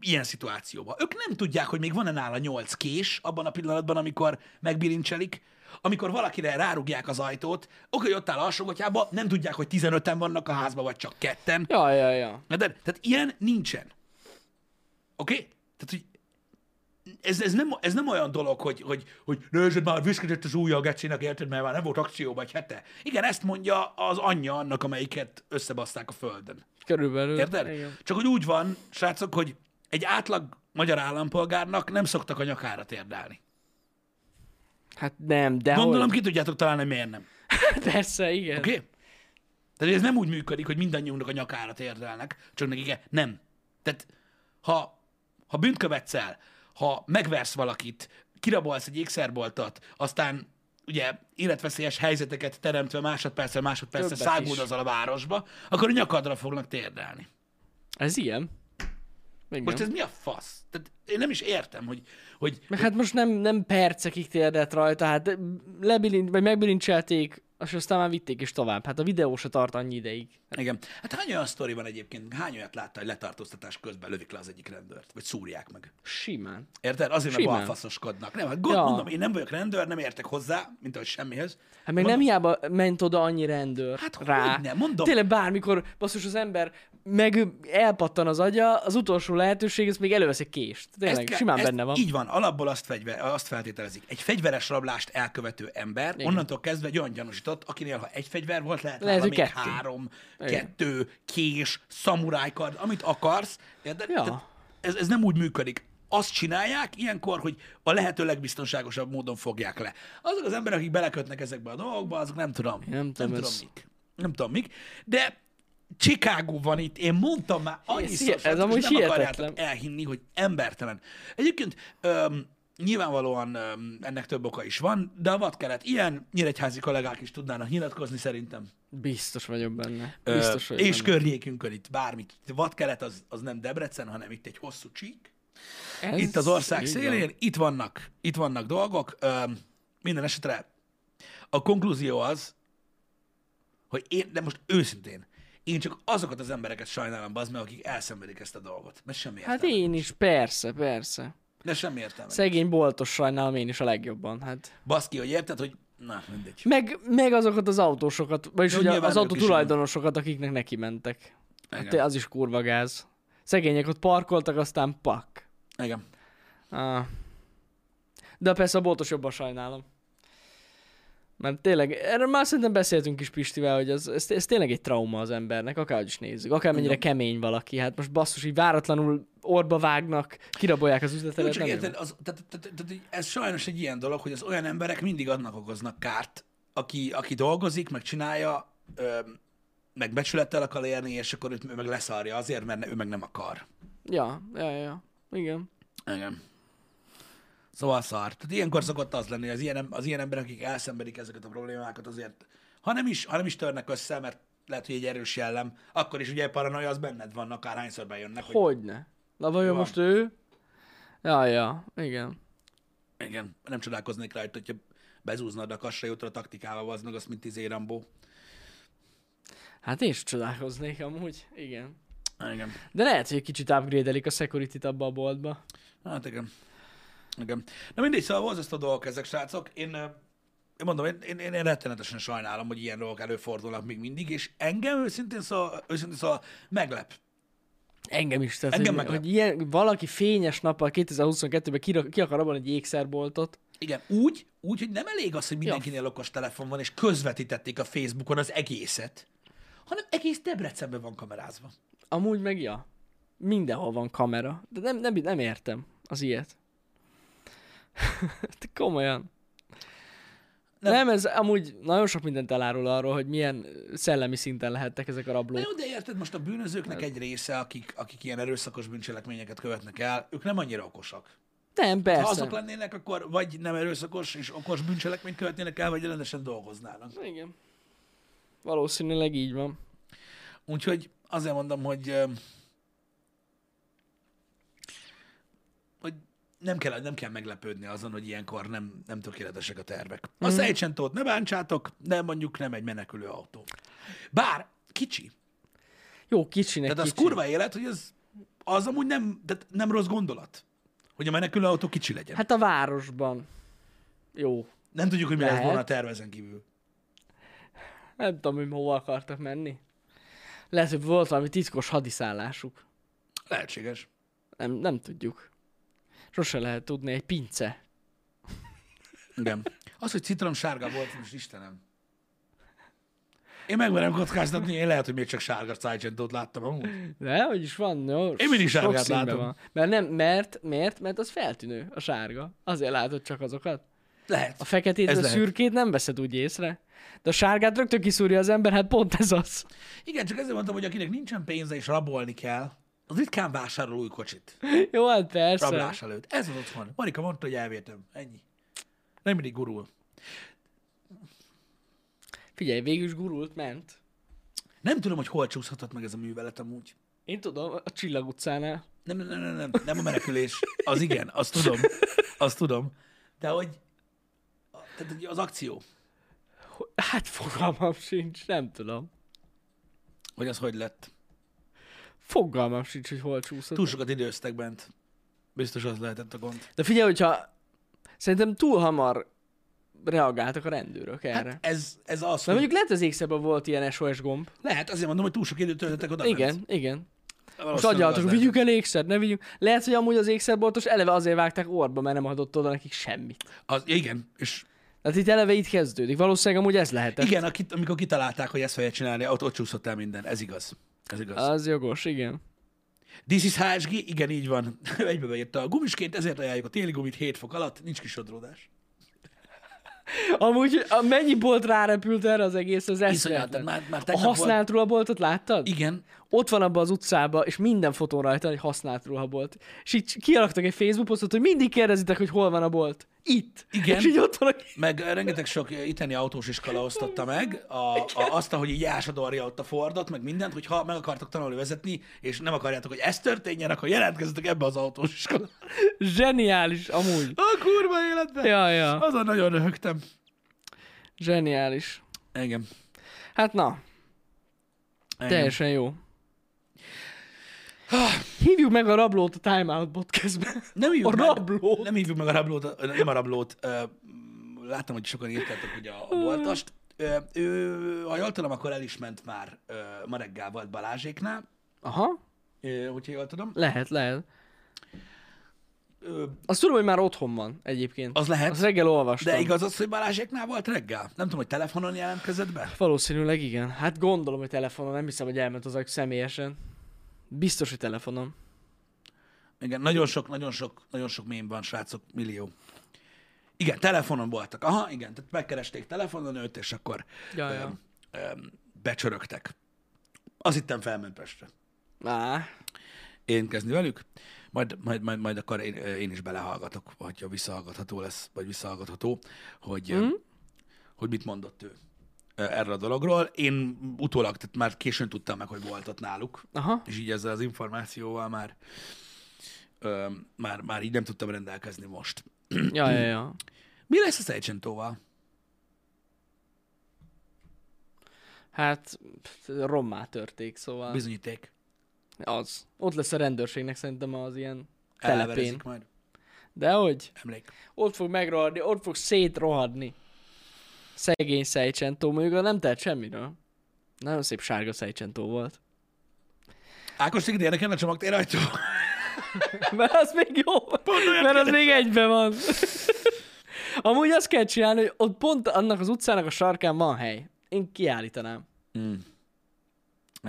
ilyen szituációban. Ők nem tudják, hogy még van-e nála nyolc kés abban a pillanatban, amikor megbilincselik, amikor valakire rárugják az ajtót, oké, hogy ott áll alsógatyába, nem tudják, hogy 15-en vannak a házban, vagy csak ketten. Ja, ja, ja. De, tehát ilyen nincsen. Oké? Okay? Tehát, hogy ez, ez, nem, ez nem olyan dolog, hogy, hogy, hogy nőzsöd már viszkedett az újja a gecinek, érted, mert már nem volt akcióban egy hete. Igen, ezt mondja az anyja annak, amelyiket összebaszták a földön. Körülbelül. Érted? Igen. Csak hogy úgy van, srácok, hogy egy átlag magyar állampolgárnak nem szoktak a nyakára térdelni. Hát nem, de Gondolom, ki tudjátok találni, hogy miért nem. hogy... Persze, igen. Oké? Okay? Tehát ez nem úgy működik, hogy mindannyiunknak a nyakára térdelnek, csak nekik e- nem. Tehát ha, ha bűnt követsz el, ha megversz valakit, kirabolsz egy ékszerboltot, aztán ugye életveszélyes helyzeteket teremtve másodpercre, másodpercre Többet száguld is. azzal a városba, akkor a nyakadra fognak térdelni. Ez ilyen. Igen. Most ez mi a fasz? Tehát én nem is értem, hogy, hogy Meg hát most nem, nem percekig térdett rajta, hát lebilint, vagy megbilincselték, és aztán már vitték is tovább. Hát a videó se tart annyi ideig. Igen. Hát hány olyan sztori van egyébként, hány olyat látta, hogy letartóztatás közben lövik le az egyik rendőrt, vagy szúrják meg. Simán. Érted? Azért, mert Simán. balfaszoskodnak. Nem, hát gond, Ja. mondom, én nem vagyok rendőr, nem értek hozzá, mint ahogy semmihez. Hát még nem hiába ment oda annyi rendőr Hát rá. hogyne, mondom. Tényleg bármikor, basszus, az ember meg elpattan az agya, az utolsó lehetőség, ez még elővesz egy kést. Tényleg, kell- simán benne van. Így van, alapból azt, fegyve, azt feltételezik. Egy fegyveres rablást elkövető ember, Igen. onnantól kezdve egy olyan gyanúsított, akinél ha egy fegyver volt, lehet, Lehet, lehet hogy még kettő. három, kettő, kés, szamurájkard, amit akarsz. De, Ja. ja. ez, ez nem úgy működik. Azt csinálják ilyenkor, hogy a lehető legbiztonságosabb módon fogják le. Azok az emberek, akik belekötnek ezekbe a dolgokba, azok nem tudom. nem tudom, nem ez- tudom mik. Nem tudom mik. De Chicago van itt, én mondtam már annyiszor, hihe- ez srácok, és amúgy nem akarjátok hihetetlen. elhinni, hogy embertelen. Egyébként öm, nyilvánvalóan öm, ennek több oka is van, de a vadkelet ilyen, nyíregyházi kollégák is tudnának nyilatkozni szerintem. Biztos vagyok benne. Ö, Biztos vagyok és benne. környékünkön itt bármit. Vadkelet az, az nem Debrecen, hanem itt egy hosszú csík. Ez Itt az ország így van. szélén, itt vannak, itt vannak dolgok. Öm, minden esetre a konklúzió az, hogy én, de most őszintén, én csak azokat az embereket sajnálom, bazd meg, akik elszenvedik ezt a dolgot. Mert semmi értelme. Hát én is, persze, persze. De semmi értelme. Szegény boltos sajnálom én is a legjobban, hát. Baszki, hogy érted, hogy... Na, mindegy. Meg, meg azokat az autósokat, vagyis Jó, ugye nyilván az ők autó is, igen. tulajdonosokat, akiknek neki mentek. Hát Igen. az is kurva gáz. Szegények ott parkoltak, aztán pak. Igen. Ah. De persze a boltos jobban sajnálom. Mert tényleg, erről már szerintem beszéltünk is Pistivel, hogy ez, ez, ez tényleg egy trauma az embernek, akárhogy is nézzük. Akármennyire kemény valaki, hát most basszus, így váratlanul orba vágnak, kirabolják az Jó, üzletet. csak érted, az, tehát, tehát, tehát, hogy ez sajnos egy ilyen dolog, hogy az olyan emberek mindig annak okoznak kárt, aki, aki dolgozik, meg csinálja, ö, meg becsülettel akar érni, és akkor őt meg leszarja azért, mert ő meg nem akar. Ja, ja, ja. Igen. Igen. Szóval szar. Tehát ilyenkor szokott az lenni, hogy az ilyen, az ilyen emberek, akik elszenvedik ezeket a problémákat, azért, ha nem is, ha nem is törnek össze, mert lehet, hogy egy erős jellem, akkor is ugye paranoia az benned van, akárhányszor bejönnek, hogy Hogyne. Na vajon Van. most ő? Ja, ja, igen. Igen, nem csodálkoznék rajta, hogyha bezúznad a kasra jutra a taktikával, az meg azt, mint izé Rambó. Hát én is csodálkoznék amúgy, igen. Ah, Igen. De lehet, hogy egy kicsit upgrade a security abba a boltba. Hát igen. Igen. Na mindegy, szóval borzasztó dolgok ezek, srácok. Én, ö, én mondom, én, én, én rettenetesen sajnálom, hogy ilyen dolgok előfordulnak még mindig, és engem őszintén szóval, őszintén szóval meglep. Engem is, tehát Engem Engem hogy, meglep. hogy ilyen, valaki fényes nappal 2022-ben ki, ki akar abban egy ékszerboltot. Igen, úgy, úgy, hogy nem elég az, hogy mindenkinél okos telefon van, és közvetítették a Facebookon az egészet, hanem egész Debrecenben van kamerázva. Amúgy meg ja, mindenhol van kamera. De nem, nem, nem értem az ilyet. Te komolyan. Nem. Nem. nem, ez amúgy nagyon sok mindent elárul arról, hogy milyen szellemi szinten lehettek ezek a Na rablók. jó, de érted, most a bűnözőknek egy része, akik, akik ilyen erőszakos bűncselekményeket követnek el, ők nem annyira okosak. Nem, Ha persze. azok lennének, akkor vagy nem erőszakos és okos bűncselekményt követnének el, vagy rendesen dolgoznának. Igen. Valószínűleg így van. Úgyhogy azért mondom, hogy ö, hogy nem kell, nem kell meglepődni azon, hogy ilyenkor nem, nem tökéletesek a tervek. A mm. Seichentót ne bántsátok, de mondjuk nem egy menekülő autó. Bár kicsi. Jó, kicsinek Tehát az kicsi. kurva élet, hogy az, az amúgy nem, tehát nem rossz gondolat, hogy a menekülő autó kicsi legyen. Hát, Hát a városban. Jó. nem tudjuk, hogy mi lesz lehet. volna a tervezen kívül. Nem tudom, hogy hova akartak menni. Lehet, hogy volt valami titkos hadiszállásuk. Lehetséges. Nem, nem tudjuk. Sose lehet tudni, egy pince. Igen. Az, hogy citrom sárga volt, most Istenem. Én megmerem kockáztatni, én lehet, hogy még csak sárga Sargentot láttam amúgy. De, hogy is van, jó. Én mindig sok sárgát színben látom. Mert nem, mert, mert, mert az feltűnő, a sárga. Azért látod csak azokat. Lehet. A feketét, Ez Ez a lehet. szürkét nem veszed úgy észre. De a sárgát rögtön kiszúrja az ember, hát pont ez az. Igen, csak ezért mondtam, hogy akinek nincsen pénze és rabolni kell, az ritkán vásárol új kocsit. Jó, hát persze. Rablás előtt. Ez az otthon. Marika mondta, hogy elvértem. Ennyi. Nem mindig gurul. Figyelj, végül is gurult ment. Nem tudom, hogy hol csúszhatott meg ez a művelet amúgy. Én tudom, a Csillag utcánál. Nem, nem, nem, nem, nem, nem a menekülés. Az igen, azt tudom. Azt tudom. De hogy... Tehát hogy az akció, Hát fogalmam sincs, nem tudom. hogy az hogy lett. Fogalmam sincs, hogy hol csúszott. Túl sokat időztek bent. Biztos az lehetett a gond. De figyelj, hogyha szerintem túl hamar reagáltak a rendőrök erre. Hát, Hát ez, ez az, Mert hogy mondjuk lehet az ékszebben volt ilyen SOS gomb. lehet, azért mondom, hogy túl sok időt töltöttek oda. igen, igen. Most adjátok, vigyük el ékszert, ne vigyünk. Lehet, hogy amúgy az ékszerboltos eleve azért vágták orba, mert nem adott oda nekik semmit. Az, igen, és Tehát itt eleve itt kezdődik. Valószínűleg amúgy ez lehetett. igen, akit, amikor kitalálták, hogy ezt fogja csinálni, ott, ott csúszott el minden. Ez igaz. Ez igaz. Uh, Az jogos, igen. This is HSG, igen, így van. Egybe beírta. A gumisként ezért ajánljuk a téli gumit 7 fok alatt, nincs kisodródás. Amúgy a, mennyi bolt rárepült erre az egész, az Iszonyat, eszméletlen. már, már A tegnap volt. használt ruhaboltot láttad? Igen, ott van abban az utcában, és minden fotón rajta van egy használt ruhabolt. És így kialaktak egy Facebook posztot, hogy mindig kérdezitek, hogy hol van a bolt. Itt. Igen. És így ott van a... Meg rengeteg sok eh, itteni autós iskola osztotta meg a, a, azt, hogy így ásodorja ott a Fordot, meg mindent, hogy ha meg akartok tanulni vezetni, és nem akarjátok, hogy ez történjen, akkor jelentkezzetek ebbe az autós iskola. Zseniális, amúgy. A kurva életben! Ja, ja. Azon nagyon röhögtem. Zseniális. Engem. Hát na, Engem. teljesen jó. Hívjuk meg a rablót a Time Out podcastbe. Nem hívjuk A meg, rablót. Nem hívjuk meg a rablót, ö, nem a rablót. ö, m, Láttam, hogy sokan írtátok ugye a a boltast. Ö, Ő, ha jól tudom, akkor el is ment már ö, ma reggel volt Balázséknál, Aha, ö, hogyha jól tudom. lehet, lehet. Ö, Azt tudom, hogy már otthon van egyébként. Az lehet. Azt reggel olvastam. De igaz az, hogy Balázséknál volt reggel? Nem tudom, hogy telefonon jelentkezett be? Valószínűleg igen. Hát gondolom, hogy telefonon. Nem hiszem, hogy elment az személyesen. Biztos, hogy telefonom. Igen, nagyon sok, nagyon sok, nagyon sok mém van, srácok, millió. Igen, telefonon voltak. Aha, igen, tehát megkeresték telefonon őt, és akkor Ja, öm, öm, becsörögtek. Azt hittem felment Pestre. Á, Én kezdni velük, majd, majd, majd, majd akkor én, ö, én is belehallgatok, hogyha visszahallgatható lesz, vagy visszahallgatható, hogy, mm. hogy mit mondott ő ö, erről a dologról. Én utólag, tehát már későn tudtam meg, hogy volt ott náluk, aha. és így ezzel az információval már, ö, már, már így nem tudtam rendelkezni most. Ja, ja, ja. Mi lesz az Agentóval? Hát pff, rommá törték, szóval Biz... Bizonyíték. az. Ott lesz a rendőrségnek szerintem az ilyen telepén. Elverezik majd. Dehogy? Emlék. Ott fog megrohadni, ott fog szétrohadni. Szegény Szejcsentó, mondjuk nem tett semmiről. Nagyon szép sárga Szejcsentó volt. Ákos, téged érdekelne a csomagtérajtó? Mert az még jó, olyat mert az még egyben van. Amúgy azt kell csinálni, hogy ott pont annak az utcának a sarkán van hely. Én kiállítanám. Mm. Hmm.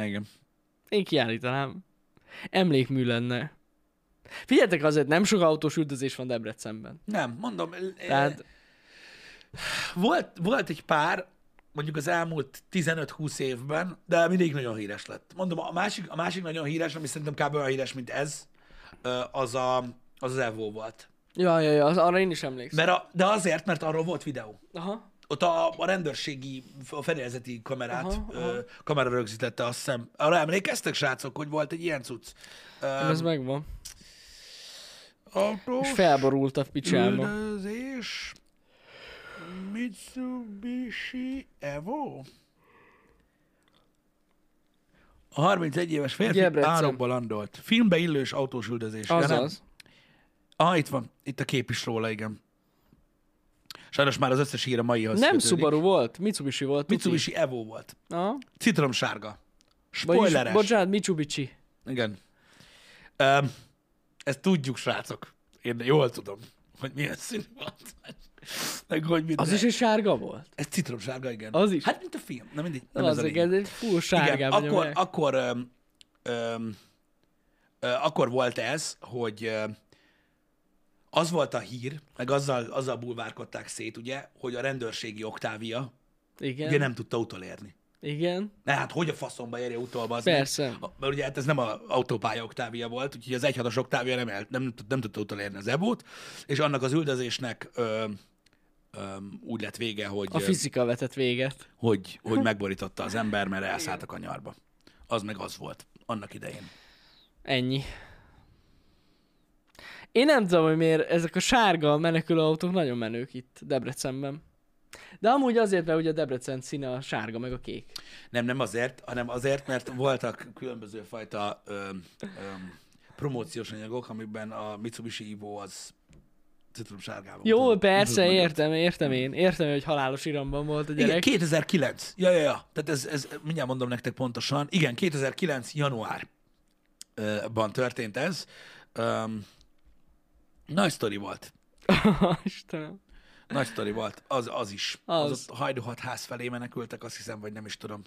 Igen. Én kiállítanám. Emlékmű lenne. Figyeljetek azért, nem sok autós üldözés van Debrecenben. Nem, mondom, l- eh, Tehát, volt, volt egy pár, mondjuk az elmúlt 15-20 évben, de mindig nagyon híres lett. Mondom, a másik, a másik nagyon híres, ami szerintem kb. olyan híres, mint ez, ö, az a, az, az Evo volt. Ja, ja, ja, az, arra én is emlékszem. Mert a, de azért, mert arról volt videó. Aha. Ott a, a rendőrségi, a fedélzeti kamerát, aha, Aha, ö, kamera rögzítette, azt hiszem. Arra emlékeztek, srácok, hogy volt egy ilyen cucc? Ez megvan. Autós És felborult a picsába. üldözés, Mitsubishi Evo. A 31 éves férfi Debrecen. árokba landolt. Filmbe illős autós üldözés. Ja, nem? Azaz. Ah, itt van. Itt a kép is róla, igen. Sajnos már az összes hír a maihoz Nem kötődik. Subaru volt, Mitsubishi volt. tuti. Mitsubishi Evo volt. Aha. Citromsárga. Vagyis, Spoileres. Bocsánat, Mitsubishi. Igen. Um, ezt tudjuk, srácok. Én jól tudom, hogy milyen színű volt. Meg hogy minden. Az is egy sárga volt? Ez citromsárga, igen. Az is. Hát, mint a film. Na mindig. Nem az ez a egy, lényeg. ez egy full Igen, sárgában. akkor, akkor, öm, öm, ö, akkor volt ez, hogy öm, az volt a hír, meg azzal, azzal bulvárkodták szét, ugye, hogy a rendőrségi oktávia igen. ugye nem tudta utolérni. igen. Ne, hát hogy a faszomba érje utolba az? Persze. meg? Mert ugye hát ez nem az autópálya oktávia volt, úgyhogy az 1.6-os oktávia nem, el, nem, tud- nem tudta utolérni az ebót, és annak az üldözésnek ö, ö, úgy lett vége, hogy... A fizika vetett véget. hogy, hogy megborította az ember, mert elszálltak a nyarba. Az meg az volt annak idején. Ennyi. Én nem tudom, hogy miért ezek a sárga menekülő autók nagyon menők itt Debrecenben. De amúgy azért, mert ugye a Debrecen színe a sárga meg a kék. Nem, nem azért, hanem azért, mert voltak különböző fajta öm, öm, promóciós anyagok, amiben a Mitsubishi Ivo az citromsárgában. Jó, mutat- persze, mutat- értem, értem én. Értem, hogy halálos iramban volt a Igen, gyerek. 2009. Ja, ja, ja. Tehát ez, ez, mindjárt mondom nektek pontosan. Igen, 2009. januárban történt ez. Um, nagy sztori volt. Istenem. Nagy sztori volt, az, az is. Az, Az. az ott hajduhat ház felé menekültek, azt hiszem, vagy nem is tudom.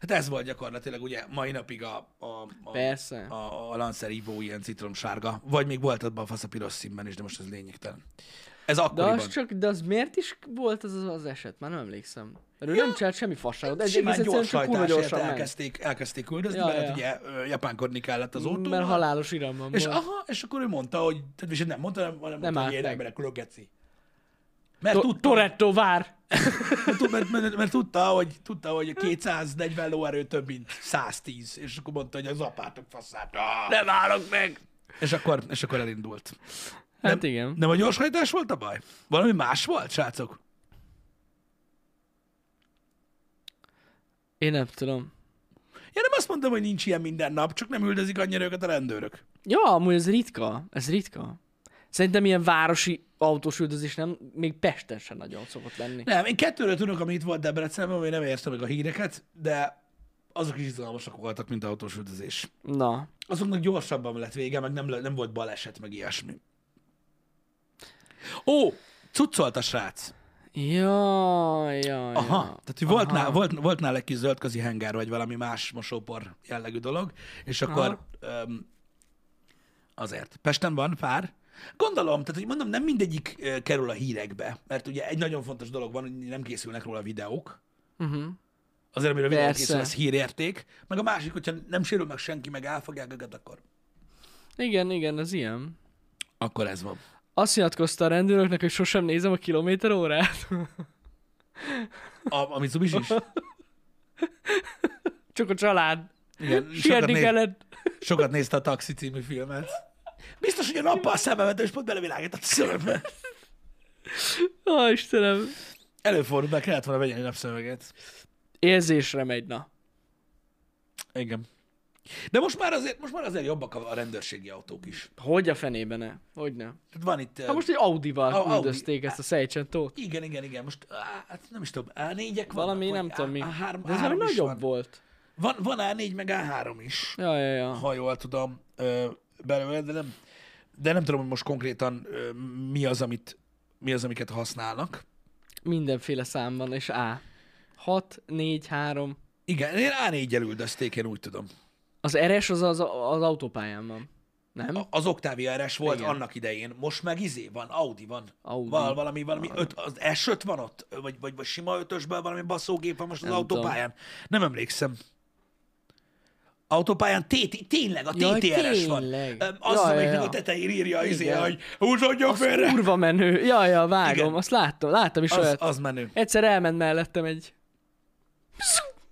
Hát ez volt gyakorlatilag ugye mai napig a, a, a, Persze. a, a Lancer Ivo ilyen citromsárga, vagy még volt abban a fasz a piros színben is, de most ez lényegtelen. Ez De akkoriban. az csak, de az miért is volt az az, az eset? Már nem emlékszem. Erről ja, nem csinált semmi fasságot, de egy egész Hát Simán egyszerűen csak kurva gyorshajtásért gyorsan ment. elkezdték, elkezdték üldözni, Ja, ja, mert ja. ja. Mm, ugye ö, japánkodni kellett az autóval. Mert halálos iramban És volt. aha, és akkor ő mondta, hogy, tehát viszont nem mondta, hanem, hanem Nem mondta, hogy állt én meg. emberek geci. Mert To- tudta, Toretto vár! Mert, tud- mert, mert, mert tudta, hogy, tudta, hogy 240 lóerő több, mint 110, és akkor mondta, hogy az apátok faszát. Ah! Nem állok meg! És akkor, és akkor elindult. Hát nem. igen. Nem a gyorshajtás volt a baj? Valami más volt, srácok? Én nem tudom. Én nem azt mondom, hogy nincs ilyen minden nap, csak nem üldözik annyira őket a rendőrök. Ja, amúgy ez ritka. Ez ritka. Szerintem ilyen városi autós üldözés nem, még Pesten sem nagyon szokott lenni. Nem, én kettőről tudok, ami itt volt Debrecenben, ami nem értem meg a híreket, de azok is izgalmasak voltak, mint autós üldözés. Na, azoknak gyorsabban lett vége, meg nem, le- nem volt baleset, meg ilyesmi. Ó, cuccolt a srác. Jaj, jaj, Aha. jaj. Tehát, hogy volt, nála, volt, volt nála egy kis zöldközi henger, vagy valami más mosópor jellegű dolog, és akkor öm, azért. Pesten van pár. Gondolom, tehát, hogy mondom, nem mindegyik ö, kerül a hírekbe, mert ugye egy nagyon fontos dolog van, hogy nem készülnek róla videók. Mhm. Uh-huh. Azért, amire videó Persze. készül, az hírérték. Meg a másik, hogyha nem sérül meg senki, meg elfogják őket, akkor, Igen, igen, az ilyen. akkor ez van. Azt nyilatkozta a rendőröknek, hogy sosem nézem a kilométer órát. A, a Mitsubishi is. Csak a család. Igen, sokat, Sietni néz, kellett. sokat nézte a Taxi című filmet. Biztos, hogy a nappal szembe ment, és pont belevilágított a szemembe. Ó, Istenem. Előfordul, mert kellett volna vegyen egy napszöveget. Érzésre megy, na. Igen. De most már azért, most már azért jobbak a a rendőrségi autók is. Hogy a fenébe ne? Hogy ne? Tehát van itt... Hát most egy Audi-val A- Audi. üldözték ezt a Szejcsentót. Igen, igen, igen. Most á, hát nem is tudom, A4-ek Valami, vannak, nem vagy tudom mi. A, A3, De ez valami A3 is nagyobb van. volt. van. Van A4 meg A3 is, Ja, ja, ja. ha jól tudom ö, belőle, de nem, de nem tudom, hogy most konkrétan ö, mi az, amit, mi az, amiket használnak. Mindenféle szám van, és A. 6, 4, 3. Igen, én A4-el üldözték, én úgy tudom. Az RS az az, az autópályán van. Nem? A- Az Octavia RS volt Igen. Igen. annak idején, most meg izé van, Audi van. Audi. Val, valami, valami öt, az S5 van ott? Vagy, vagy, vagy sima ötösből valami baszógép van most az Nem autópályán? Nem emlékszem. autópályán T- tényleg, a Jaj, TTR-es van. tényleg. Öm, Az, Ja, ja, ja, amelyiknek ja. a tetején írja, izé, Igen. hogy húzódjon félre. Kurva menő. Ja, ja, vágom. Igen. Azt láttam, láttam is Az, olyat. az menő. Egyszer elment mellettem egy...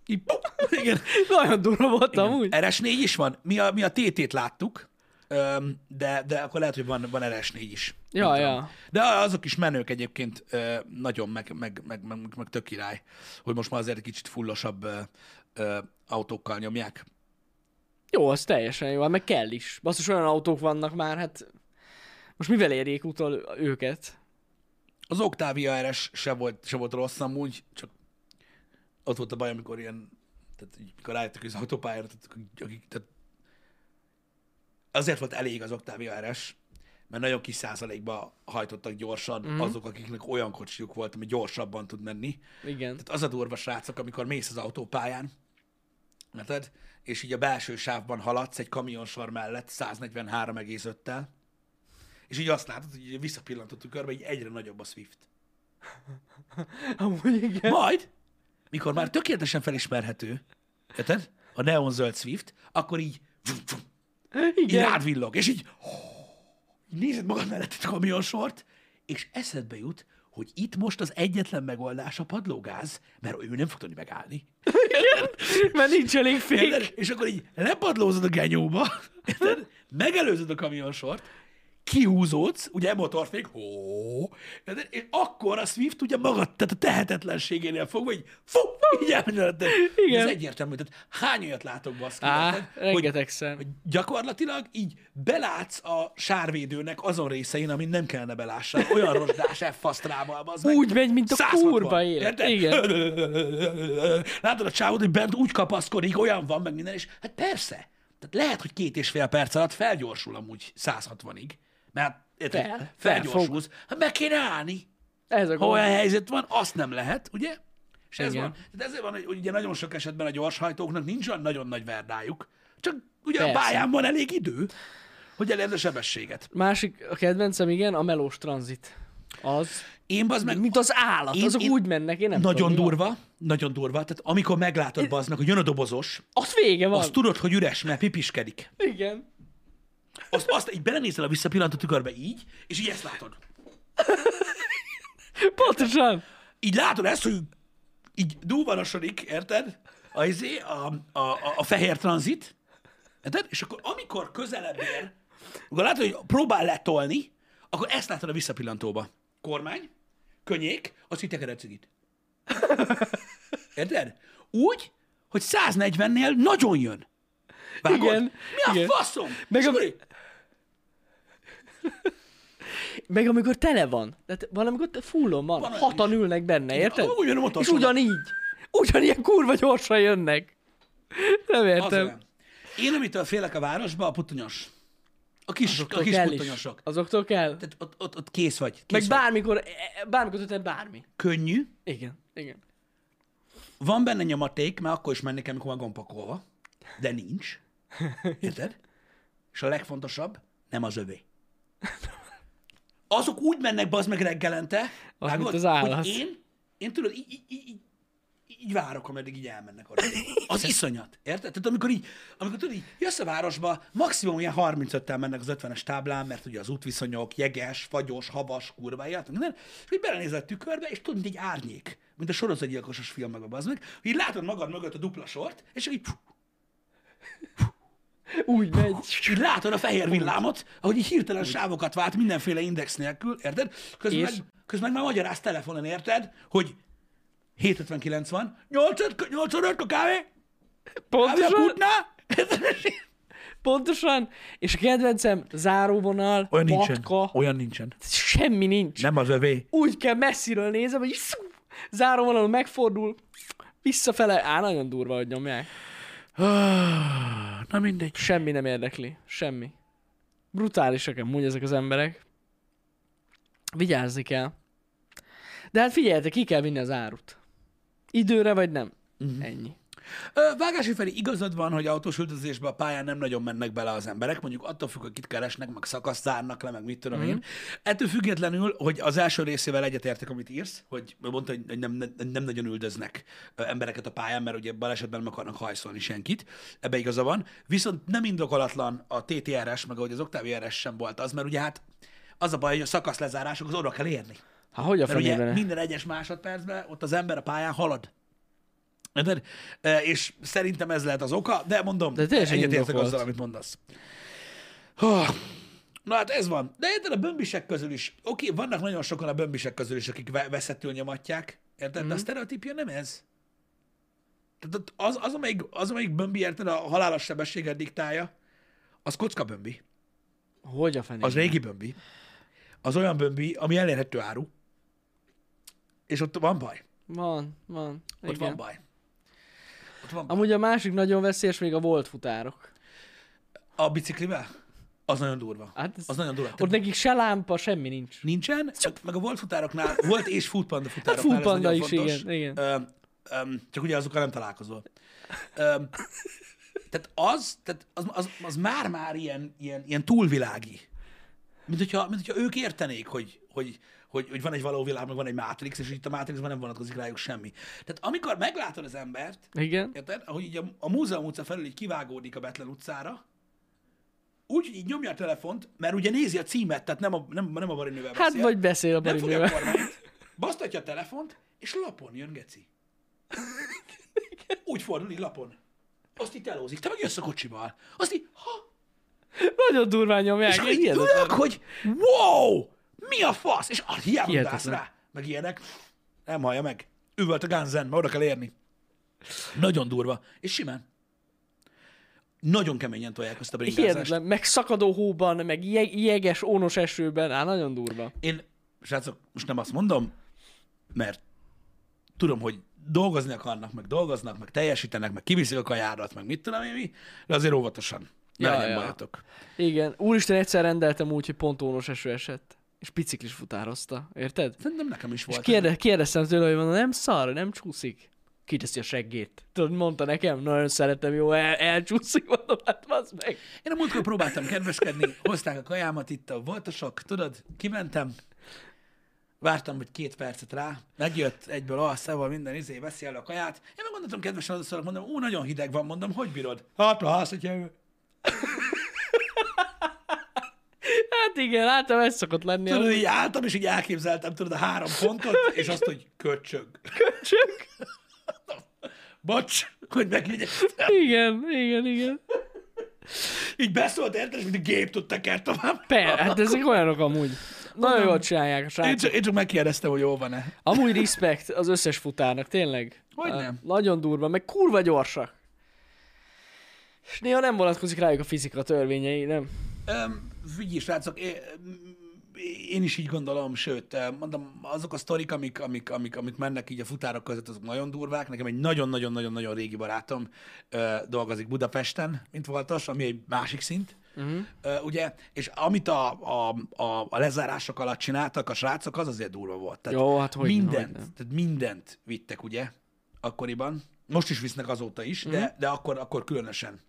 Így, pop, igen. Nagyon durva volt amúgy. RS4 is van? Mi a, mi a TT-t láttuk, öm, de, de akkor lehet, hogy van, van RS4 is. Ja, Nem tudom. ja. De azok is menők egyébként ö, nagyon, meg, meg, meg, meg, meg tök király, hogy most már azért egy kicsit fullosabb ö, ö, autókkal nyomják. Jó, az teljesen jó, hát meg kell is. Basszus, olyan autók vannak már, hát most mivel érjék utol őket? Az Octavia RS se volt, se volt rossz amúgy, csak ott volt a baj, amikor ilyen, tehát így, mikor rájöttük az autópályára, tehát, akik, tehát azért volt elég az Octavia RS, mert nagyon kis százalékba hajtottak gyorsan mm. azok, akiknek olyan kocsijuk volt, ami gyorsabban tud menni. Igen. Tehát az a durva srácok, amikor mész az autópályán, érted? És így a belső sávban haladsz egy kamionsor mellett 143,5-tel, és így azt látod, hogy így visszapillant a tükörbe, így egyre nagyobb a Swift. Amúgy igen. Majd, mikor már tökéletesen felismerhető, érted? A neonzöld Swift, akkor így, vum, vum, így Igen. rád villog, és így, így nézed magad mellett egy kamionsort, és eszedbe jut, hogy itt most az egyetlen megoldás a padlógáz, mert ő nem fog tudni megállni. Mert nincs elég fék. Érted? És akkor így lepadlózod a genyóba, érted? megelőzöd a kamionsort, kihúzódsz, ugye motorfék, ó, érted? és akkor a Swift ugye magad, tehát a tehetetlenségénél fogva, így fú, így elmeneted. Igen. Ez egyértelmű, tehát hány olyat látok baszki, Á, érted? hogy, rengetegszer. hogy gyakorlatilag így belátsz a sárvédőnek azon részein, amin nem kellene belássál. Olyan rozsdás F-fasztrával, bazd meg. Úgy megy, mint a 160, kurva élet. érted? Igen. Látod a csávot, hogy bent úgy kapaszkodik, olyan van, meg minden, és hát persze. Tehát lehet, hogy két és fél perc alatt felgyorsul amúgy 160-ig. Mert érted, Fel, felgyorsulsz. Hát meg kéne állni. Ez a Ha gond. olyan helyzet van, azt nem lehet, ugye? És ez Igen. van. Tehát ezért van, hogy hogy ugye nagyon sok esetben a gyorshajtóknak nincs olyan nagyon nagy verdájuk, csak ugye a Persze. pályán van elég idő, hogy elérd a sebességet. Másik, a kedvencem igen, a melós tranzit. Az. Én bazd meg... Mint az állat. Én- Azok én- úgy mennek, én nem nagyon tudom, mi van. durva, nagyon durva. Tehát amikor meglátod baznak, hogy jön a dobozos, Az vége van. azt tudod, hogy üres, mert pipiskedik. Igen. Azt, azt így belenézel a visszapillantó tükörbe így, és így ezt látod. Pontosan. Így látod ezt, hogy így dúvarasodik, érted? A, izé, a, a, a, a fehér tranzit, érted? És akkor amikor közelebb ér, akkor látod, hogy próbál letolni, akkor ezt látod a visszapillantóba. Kormány, könnyék, azt így tekered cigit. Érted? Úgy, hogy 140-nél nagyon jön. Vágod? Igen, Mi a igen. faszom? Meg Meg a- Meg amikor tele van. Tehát valamikor te fullon van. Van olyan Hatan ülnek benne, érted? úgy jön a És motorsodat. ugyanígy. Ugyanilyen kurva gyorsan jönnek. Nem Az értem. olyan. Én, amitől félek a városba, a puttonyos. A kis, a Azoktól kis kell is. puttonyosok. Azoktól kell. Tehát ott, ott, ott kész vagy. Kész Meg vagy. bármikor, e- bármikor történt bármi. Könnyű. Igen, igen. Van benne nyomaték, mert akkor is menni kell, amikor már gompakolva. De nincs. Érted? És a legfontosabb, nem az övé. Azok úgy mennek bazd meg reggelente, Az, mint vágod, az állat. hogy én, én tudod, így, így, így, így, így várok, ameddig így elmennek oda. Az iszonyat, érted? Tehát amikor így, amikor tudod, így jössz a városba, maximum ilyen 35-tel mennek az 50-es táblán, mert ugye az útviszonyok jeges, fagyos, havas, kurva, ilyet, meg minden, és így belenézel a tükörbe, és tudod, mint egy árnyék, mint a sorozatgyilkosos filmekben, az meg, hogy így látod magad mögött a dupla sort, és így, pff, Úgy megy. és így látod a fehér villámot, ahogy így hirtelen sávokat vált mindenféle index nélkül, érted? Közben, És? meg, közben meg már magyaráz telefonon, érted, hogy 7.59 van, 85 a kávé, kávé a Pontosan, kutnál, pontosan. És a kedvencem, záróvonal, Olyan nincsen. patka, Olyan nincsen. semmi nincs. Nem az övé. Úgy kell messziről nézem, hogy szú, záróvonalon megfordul, visszafele. Á, nagyon durva, hogy nyomják. Ah, Na mindegy. Semmi nem érdekli. Semmi. Brutálisak amúgy ezek az emberek. Vigyázni kell. Mhm. De hát figyeljetek, ki kell vinni az árut. Időre vagy nem. Ennyi. Ö, Vágási felé igazad van, hogy autós üldözésbe a pályán nem nagyon mennek bele az emberek, mondjuk attól függ, hogy kit keresnek, meg szakaszt zárnak le, meg mit tudom mm. én. Ettől függetlenül, hogy az első részével egyetértek, amit írsz, hogy mondta, hogy nem, nem, nem nagyon üldöznek ö, embereket a pályán, mert ugye balesetben nem akarnak hajszolni senkit, ebbe igaza van. Viszont nem indokolatlan a TTRS, meg ahogy az Octavia RS sem volt az, mert ugye hát az a baj, hogy a szakaszlezárások az oda kell érni. Hát hogy a Mert ugye fenében? minden egyes másodpercben ott az ember a pályán halad. Érted? E, És szerintem ez lehet az oka, de mondom, De teljesen egyetértek indokolt. azzal, amit mondasz. Hú. Na hát ez van. De érted, a bömbisek közül is, oké, vannak nagyon sokan a bömbisek közül is, akik ve- veszettül nyomatják, érted? Mhm. De a sztereotípia nem ez. Tehát ott az, az, amelyik, az, amelyik bömbi, érted, a halálos sebességet diktálja, az kocka bömbi. Hogy a fenében? Az régi bömbi. Az olyan bömbi, ami elérhető áru. És ott van baj. Van, van. Ott igen. van baj. Ott van baj. Amúgy a másik nagyon veszélyes még a volt futárok. A biciklivel? Az nagyon durva. Hát ez... Az nagyon durva. Ott nekik se lámpa, semmi nincs. Nincsen, meg a volt futároknál, volt és futpanda futároknál, ez Foodpanda nagyon Hát is, fontos. igen, igen. Öm, öm, csak ugye azokkal nem találkozol. Öm, tehát az, tehát az, az, az már-már ilyen, ilyen, ilyen túlvilági. Mint hogyha, mint hogyha ők értenék, hogy, hogy, hogy, hogy van egy való világ, meg van egy Matrix, és itt a Matrixban nem vonatkozik rájuk semmi. Tehát amikor meglátod az embert, Igen. Érted? Ahogy így a, a múzeum utca felül így kivágódik a Betlen utcára, úgy, hogy így nyomja a telefont, mert ugye nézi a címet, tehát nem a, nem, nem a barinővel Hát beszél, vagy beszél a nem fogja a barinővel. kormányt, basztatja a telefont, és lapon jön Geci. Úgy fordul, így lapon. Azt itt elózik, te meg jössz a kocsival. Azt így, ha, Nagyon durván nyomják. és akkor így Igen, tudok, hogy wow, mi a fasz, és ah, hiába Hihetetlen. utász rá, meg ilyenek. Nem hallja meg. Üvölt a Ganzen, mert oda kell érni. Nagyon durva. És simán. Nagyon keményen tolják azt a bringázást. Hihetetlen, meg szakadó hóban, meg jeg- jeges, ónos esőben, á, nagyon durva. Én, srácok, most nem azt mondom, mert tudom, hogy dolgozni akarnak, meg dolgoznak, meg teljesítenek, meg kiviszik a kajárat, meg mit tudom én mi, de azért óvatosan. Ne Ja, ja, legyen ja. ja. bajotok. Igen, úristen, egyszer rendeltem úgy, hogy pont ónos eső esett. És biciklis futározta, érted? Szerintem nekem is volt. És ez. kérde- kérdeztem tőle, hogy mondom, nem szar, nem csúszik. Kiteszi a seggét. Tudod, mondta nekem, nagyon szeretem, jó, el, elcsúszik, mondom, hát az meg. Én a múltkor próbáltam kedveskedni, hozták a kajámat itt a voltosok, tudod, kimentem, vártam, hogy két percet rá, megjött egyből alszával minden izé, veszi el a kaját. Én meg gondoltam kedvesen az szólok, mondom, ú, nagyon hideg van, mondom, hogy bírod? Hát, ha azt, hogyha ő. Hát igen, hát ez szokott lenni. Tudod, a így álltam, és így elképzeltem, tudod, a három pontot, és azt, hogy köcsög. köcsög. Bocs, hogy megjegyeztem. Igen, igen, igen. Így beszólt, érted, és mint a gép tud teker tovább. Per, hát ezek olyanok amúgy. Nagyon jól csinálják a Én srácok. csak, én csak megkérdeztem, hogy jól van-e. Amúgy respekt az összes futárnak, tényleg. Hogyne. Hát, Nagyon durva, meg kurva gyorsak. És néha nem vonatkozik rájuk a fizika törvényei, nem? Öm, Figyelj, srácok, é- én is így gondolom, sőt, ö, mondom, azok a sztorik, amik, amik, amik, amik mennek így a futárok között, azok nagyon durvák. Nekem egy nagyon-nagyon-nagyon-nagyon régi barátom ö, dolgozik Budapesten, mint voltas, ami egy másik szint. Mhm. Uh-huh. ugye, és amit a, a, a, a lezárások alatt csináltak a srácok, az azért durva volt. Tehát Jó, hát hogyne, mindent, hogyne. tehát mindent vittek, ugye, akkoriban. Most is visznek azóta is, mm. de, de akkor, akkor különösen.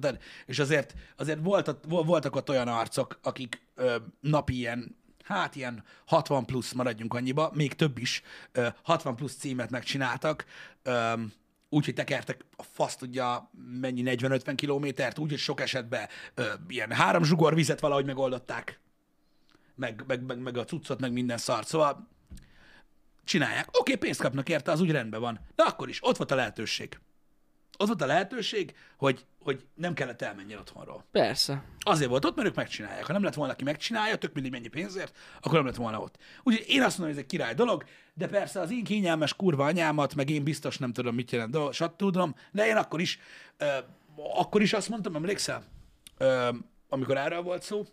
De, és azért, azért volt, voltak ott olyan arcok, akik ö, napi ilyen, hát ilyen 60 plusz, maradjunk annyiba, még több is, ö, 60 plusz címet megcsináltak, ö, úgy, hogy tekertek a fasz tudja mennyi 40-50 kilométert, úgy, hogy sok esetben ö, ilyen három zsugor vizet valahogy megoldották meg, meg, meg, meg a cuccot, meg minden szart. Szóval csinálják. Oké, pénzt kapnak érte, az úgy rendben van. De akkor is, ott volt a lehetőség. Ott volt a lehetőség, hogy, hogy nem kellett elmenjen otthonról. Persze. Azért volt ott, mert ők megcsinálják. Ha nem lett volna, aki megcsinálja, tök mindig mennyi pénzért, akkor nem lett volna ott. Úgyhogy én azt mondom, hogy ez egy király dolog, de persze az én kényelmes kurva anyámat, meg én biztos nem tudom, mit jelent, de sat tudom, de én akkor is, ö, akkor is azt mondtam, emlékszel, ö, amikor erről volt szó,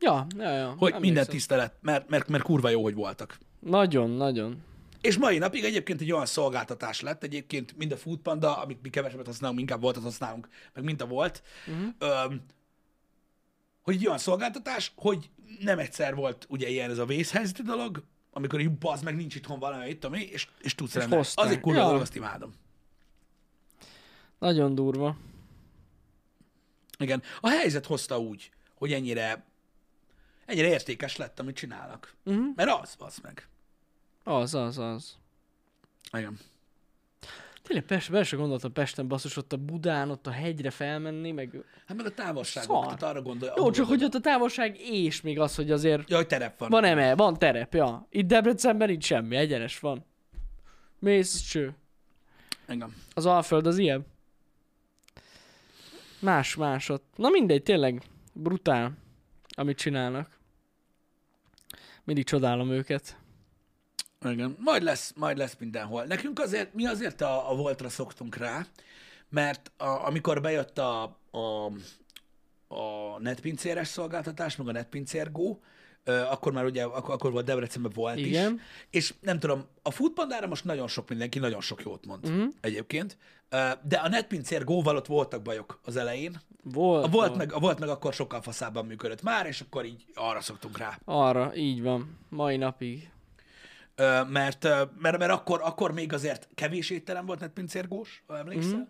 Ja, ja, ja. hogy emlékszem. minden tisztelet, mert, mert, mert kurva jó, hogy voltak. Nagyon, nagyon. És mai napig egyébként egy olyan szolgáltatás lett, egyébként mind a Foodpanda, amit mi kevesebbet használunk, inkább voltat használunk, meg mint a volt, Mhm. uh-huh. öm, hogy egy olyan szolgáltatás, hogy nem egyszer volt ugye ilyen ez a vészhelyzeti dolog, amikor így bazd meg nincs itthon valami, itt, ami, és, és tudsz rendelni. hozták. Az egy kurva Ja. dolog, azt imádom. Nagyon durva. Igen. A helyzet hozta úgy, hogy ennyire, ennyire értékes lett, amit csinálnak. Mhm. Uh-huh. Mert az, az meg. Az, az, az. Igen. Tényleg Pest, be se gondoltam Pesten basszus, ott a Budán, ott a hegyre felmenni, meg... Hát meg a távolságok, Szar. tehát arra gondol. Jó, arra csak gondol- hogy ott a távolság és még az, hogy azért Jaj, terep van. van E. eme, van terep, ja. Itt Debrecenben nincs semmi, egyenes van. Mész, cső. Engem. Az Alföld az ilyen. Más, más ott. Na mindegy, tényleg brutál, amit csinálnak. Mindig csodálom őket. Igen. Majd lesz, majd lesz mindenhol. Nekünk azért, mi azért a, a Voltra szoktunk rá, mert a, amikor bejött a, a, a netpincéres szolgáltatás, meg a netpincér Go, ö, akkor már ugye, ak- akkor volt Debrecenben volt Igen. is, és nem tudom, a futpandára most nagyon sok mindenki, nagyon sok jót mond mm. egyébként, Ö, de a netpincér Go-val ott voltak bajok az elején, Volt. a volt, meg, a volt meg akkor sokkal faszában működött már, és akkor így arra szoktunk rá. Arra, így van. Mai napig. Ö, mert, ö, mert, mert akkor, akkor még azért kevés étterem volt, mert pincérgós, ha emlékszel. Mhm.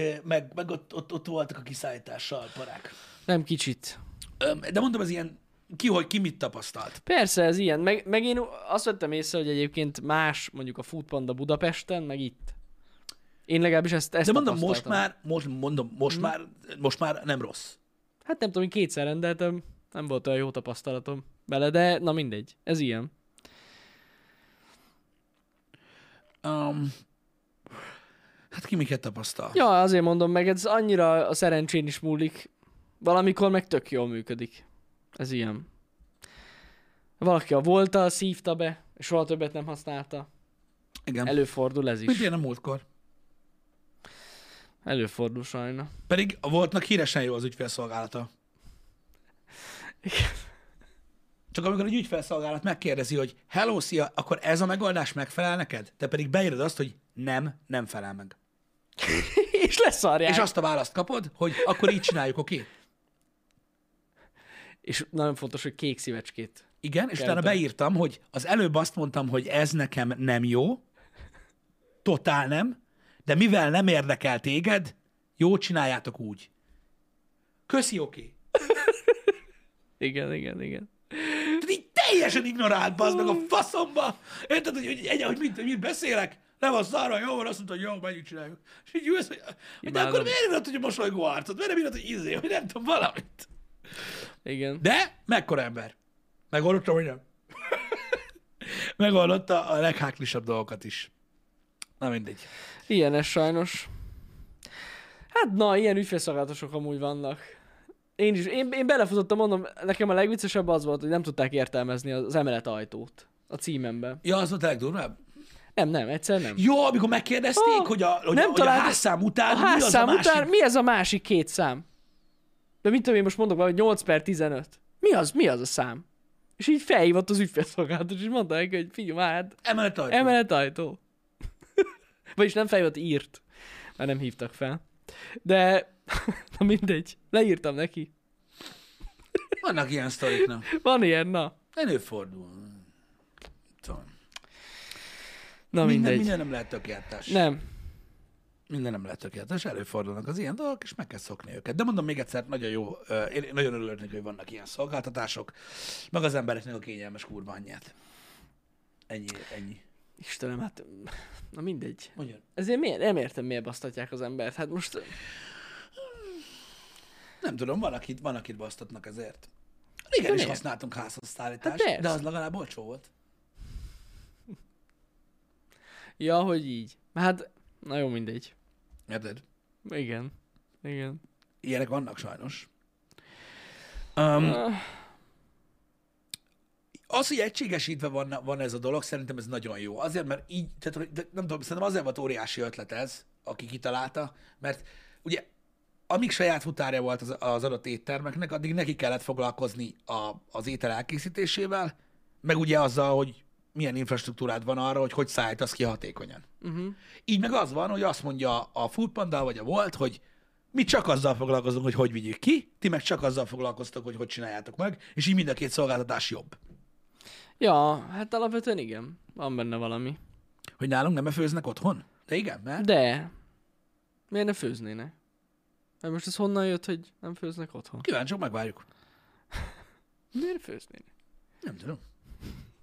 Ö, Meg, meg ott, ott, ott, voltak a kiszállítással parák. Nem kicsit. Ö, De mondom, az ilyen ki, hogy ki mit tapasztalt. Persze, ez ilyen. Meg, meg én azt vettem észre, hogy egyébként más mondjuk a Foodpanda Budapesten, meg itt. Én legalábbis ezt, ezt De mondom, most tapasztaltam. Mhm. már, most, mondom, most, már, most már nem rossz. Hát nem tudom, én kétszer rendeltem, nem volt olyan jó tapasztalatom bele, de na mindegy, ez ilyen. Um, hát ki miket tapasztal? Ja, azért mondom meg, ez annyira a szerencsén is múlik. Valamikor meg tök jól működik. Ez ilyen. Valaki a volta, szívta be, és soha többet nem használta. Igen. Előfordul ez Mint is. ilyen a múltkor. Előfordul sajna. Pedig a voltnak híresen jó az ügyfélszolgálata. Igen. Csak amikor egy ügyfélszolgálat megkérdezi, hogy hello, szia, akkor ez a megoldás megfelel neked? Te pedig beírod azt, hogy nem, nem felel meg. és leszarják. És azt a választ kapod, hogy akkor így csináljuk, oké? Okay? és nagyon fontos, hogy kék szívecskét. Igen, és utána Kertem. beírtam, hogy az előbb azt mondtam, hogy ez nekem nem jó, totál nem, de mivel nem érdekel téged, jó, csináljátok úgy. Köszi, oké. Okay. Igen, igen, igen. Tehát így teljesen ignorált, bazd meg a faszomba. Érted, hogy, hogy, egy, hogy, mit, hogy mit beszélek? Nem az szarra, jó van, azt mondta, hogy jó, megyünk, csináljuk. És így ülsz, hogy, hogy de Imádom. akkor miért nem tudja mosolygó arcot? Miért nem írod, hogy izé, hogy nem tudom, valamit. Igen. De mekkora ember? Megoldotta, hogy nem? Megoldotta a legháklisabb dolgokat is. Na mindegy. Ilyen ez sajnos. Hát na, ilyen ügyfélszolgálatosok amúgy vannak. Én is, én, én belefutottam, mondom, nekem a legviccesebb az volt, hogy nem tudták értelmezni az emelet ajtót a címemben. Ja, az volt a legdurvább. Nem, nem, egyszer nem. Jó, amikor megkérdezték, Ah, hogy a, hogy, nem nem hogy a talált- házszám után A házszám mi az a után másik? mi ez a másik két szám? De mit tudom én most mondok valamit, 8 per 15. Mi az, mi az a szám? És így felhívott az ügyfélszolgálatos, és mondta neki, hogy figyelj már, hát Emelet ajtó. Emelet ajtó. Vagyis nem fejlett, írt. Már nem hívtak fel. De, na mindegy, leírtam neki. Vannak ilyen sztorik, nem? Van ilyen, na. Előfordul. Tudom. Na Minden, mindegy. minden nem lehet tökéletes. Ne. Nem. Minden nem lehet tökéletes. Előfordulnak az ilyen dolgok, és meg kell szokni őket. De mondom még egyszer, nagyon jó, ö, én nagyon örülök, neki, hogy vannak ilyen szolgáltatások, meg az embereknek a kényelmes kurva anyját. Ennyi, ennyi. Istenem, hát, na mindegy. Mondjon. Ezért miért, nem értem, miért basztatják az embert. Hát most, Nem tudom, van akit, van akit basztatnak ezért. Igen, is miért? használtunk házhozszállítást, Hát persze. de az legalább olcsó volt. ja, hogy így. Hát, na jó, mindegy. Érted? Igen. Igen. Ilyenek vannak sajnos. Um, Ah, az, hogy egységesítve van, van ez a dolog, szerintem ez nagyon jó. Azért, mert így, tehát, hogy- de nem tudom, szerintem azért volt óriási ötlet ez, aki kitalálta, mert ugye amíg saját futárja volt az, az adott éttermeknek, addig neki kellett foglalkozni a, az étel elkészítésével, meg ugye azzal, hogy milyen infrastruktúrád van arra, hogy hogy szállítasz ki hatékonyan. Uh-huh. Így meg az van, hogy azt mondja a Foodpanda vagy a Volt, hogy mi csak azzal foglalkozunk, hogy hogy vigyük ki, ti meg csak azzal foglalkoztok, hogy hogy csináljátok meg, és így mind a két szolgáltatás jobb. ja, hát alapvetően igen. Van benne valami. Hogy nálunk nem főznek otthon? De igen, mert De, Miért ne főznének? Hát most ez honnan jött, hogy nem főznek otthon? Kíváncsiak, megvárjuk. Miért főznének? Nem tudom.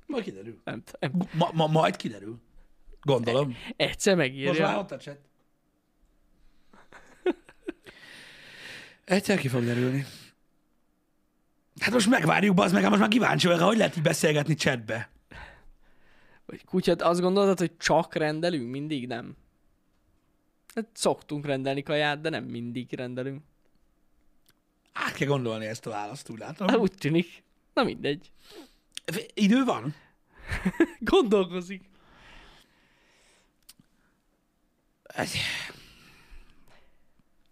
Majd kiderül. Nem tudom. Ma, ma, majd kiderül. Gondolom. Egyszer Most már megírja. ott a chat. Egyszer ki fog derülni. Hát most megvárjuk, bazd meg, hát most már kíváncsi vagyok, hogy lehet így beszélgetni chatbe. Vagy kutyát, azt gondoltad, hogy csak rendelünk? Mindig nem. Hát szoktunk rendelni kaját, de nem mindig rendelünk. Át kell gondolni ezt a választ, úgy Hát látom. úgy tűnik. Na mindegy. Idő van? Gondolkozik. Ez-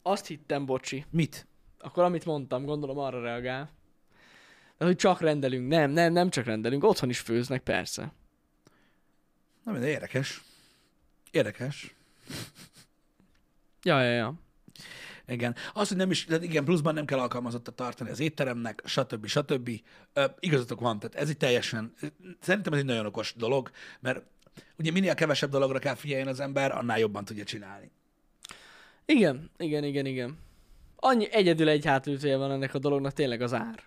Azt hittem, bocsi. Mit? Akkor amit mondtam, gondolom arra reagál. De hogy csak rendelünk. Nem, nem, nem csak rendelünk. Otthon is főznek, persze. Na minden érdekes. Érdekes. Ja, ja, ja. Igen. Az, hogy nem is, tehát igen, pluszban nem kell alkalmazottat tartani az étteremnek, stb. stb. Ö, igazatok van, tehát ez egy teljesen, szerintem ez egy nagyon okos dolog, mert ugye minél kevesebb dologra kell figyeljen az ember, annál jobban tudja csinálni. Igen, igen, igen, igen. Annyi egyedül egy hátulütője van ennek a dolognak, tényleg az ár.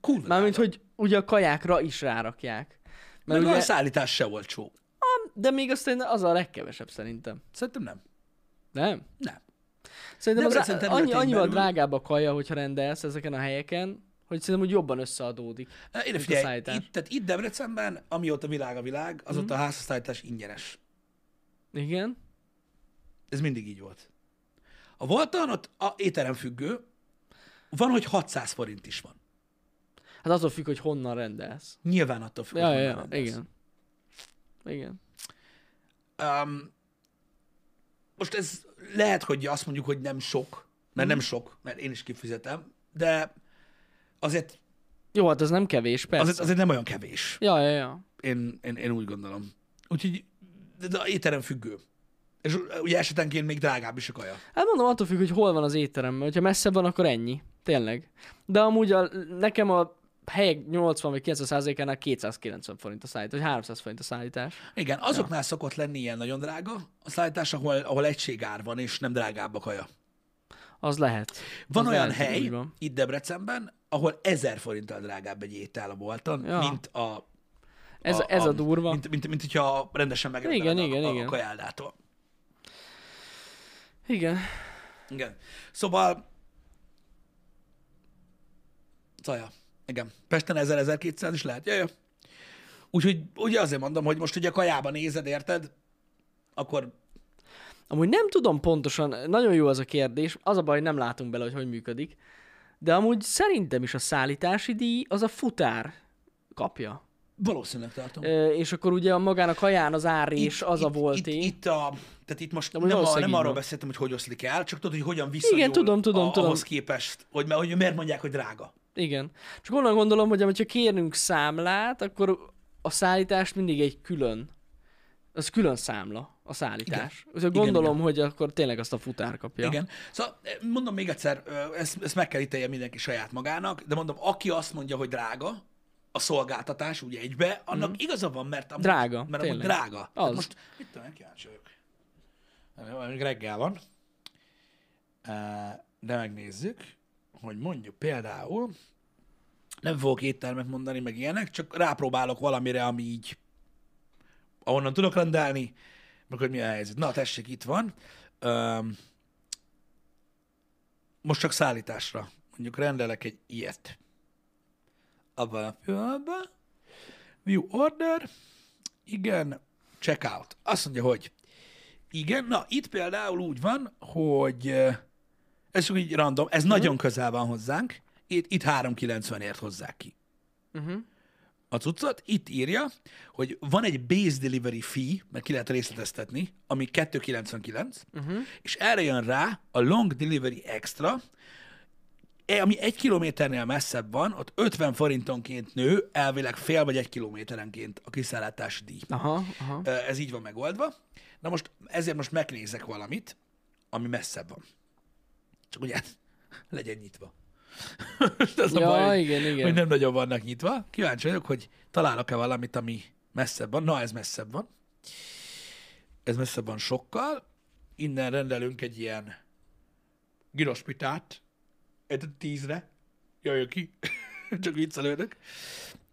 Kurva. Mármint, hogy ugye a kajákra is rárakják. Meg Mert ugye, a szállítás se olcsó. de még aztán az a legkevesebb szerintem. Szerintem nem. Nem? Nem. Szerintem az Debrecen á- annyi, területén annyival belül- drágább a kaja, hogyha rendelsz ezeken a helyeken, hogy szerintem úgy jobban összeadódik. Én a figyelj, szállítás. itt, tehát itt Debrecenben, amióta világ a világ, azóta a házhoztállítás ingyenes. Igen? Ez mindig így volt. A Voltan ott a étterem függő, van, hogy 600 forint is van. Hát attól függ, hogy honnan rendelsz. Nyilván attól függ, Ja, hogy ja, honnan ja, rendelsz. igen. Igen. Um, most ez lehet, hogy azt mondjuk, hogy nem sok, mert Mhm. nem sok, mert én is kifizetem, de azért, Jó, hát az nem kevés, persze. azért, azért nem olyan kevés. Ja, ja, ja. Én, én, én úgy gondolom. Úgyhogy de, de étterem függő. És ugye esetenként még drágább is a kaja. Hát mondom, attól függ, hogy hol van az étterem, mert ha messzebb van, akkor ennyi. Tényleg. De amúgy a, nekem a helyek 80 vagy 90 százalékánál 290 forint a szállítás, vagy 300 forint a szállítás. Igen, azoknál ja. szokott lenni ilyen nagyon drága a szállítás, ahol, ahol egységár van, és nem drágább a kaja. Az lehet. Van az olyan lehet, hogy hely úgy van. itt Debrecenben, ahol ezer forinttal drágább egy étel a bolton, Ja. ja. mint a Ez a, ez a, durva. Mint, mint, mint hogyha rendesen megrendeled Igen, a, igen, a, igen. a kajáldától. Igen. Igen. Szóval... Zaja. Igen. Pesten 1000-1200 is lehet. Jaj, Úgyhogy ugye azért mondom, hogy most ugye a kajába nézed, érted? Akkor Amúgy nem tudom pontosan, nagyon jó az a kérdés, az a baj, nem látunk bele, hogy hogy működik. De amúgy szerintem is a szállítási díj az a futár kapja. valószínűleg tartom. Ö, és akkor ugye a magán a kaján az árés, az a itt, volté. itt, a, tehát itt most most nem, a, valószínűleg nem így arról van. beszéltem, hogy hogy oszlik el, csak tudod, hogy hogyan viszonyul tudom, tudom, a, tudom. ahhoz képest, hogy, mert- hogy miért mondják, hogy drága. Igen. Csak onnan gondolom, hogy ha kérünk számlát, akkor a szállítást mindig egy külön. Az külön számla, a szállítás. Úgyhogy Igen, gondolom, hogy akkor tényleg azt a futár kapja. Igen. Szóval mondom még egyszer, ö, ezt, ezt meg kell ítélje mindenki saját magának, de mondom, aki azt mondja, hogy drága, a szolgáltatás úgy egybe, annak mm. igaza van, mert amúgy, Mhm. Drága, mert amúgy tényleg. drága. Az. Az. Most mit tudom, én kíváncsi vagyok. Nem, Még reggel van. Ö, De megnézzük, hogy mondjuk például, nem fogok éttermet mondani, meg ilyenek, csak rápróbálok valamire, ami így, ahonnan tudok rendelni, meg hogy mi a helyzet. Na, tessék, itt van. Öm, most csak szállításra. Mondjuk rendelek egy ilyet. Abban a pillanatban. View order. Igen. Check out. Azt mondja, hogy igen. Na, itt például úgy van, hogy eh, ez csak így random, ez nagyon közel van hozzánk. Itt, itt 390-ért hozzák ki Uh-huh. a cuccot, itt írja, hogy van egy base delivery fee, mert ki lehet részleteztetni, ami 2,99, uh-huh. és erre jön rá a long delivery extra, e- ami egy kilométernél messzebb van, ott 50 forintonként nő, elvileg fél vagy egy kilométerenként a kiszállátási díj. Aha, aha. Ö, Ez így van megoldva. Na most ezért most megnézek valamit, ami messzebb van. Csak ugye legyen nyitva. Most ez Ja, a baj, hogy- igen, igen. hogy nem nagyon vannak nyitva. Kíváncsi vagyok, hogy találok-e valamit, ami messzebb van. Na, ez messzebb van. Ez messzebb van sokkal. innen rendelünk egy ilyen gyrospitát, egy tízre, jöjjön ki, csak viccelődök.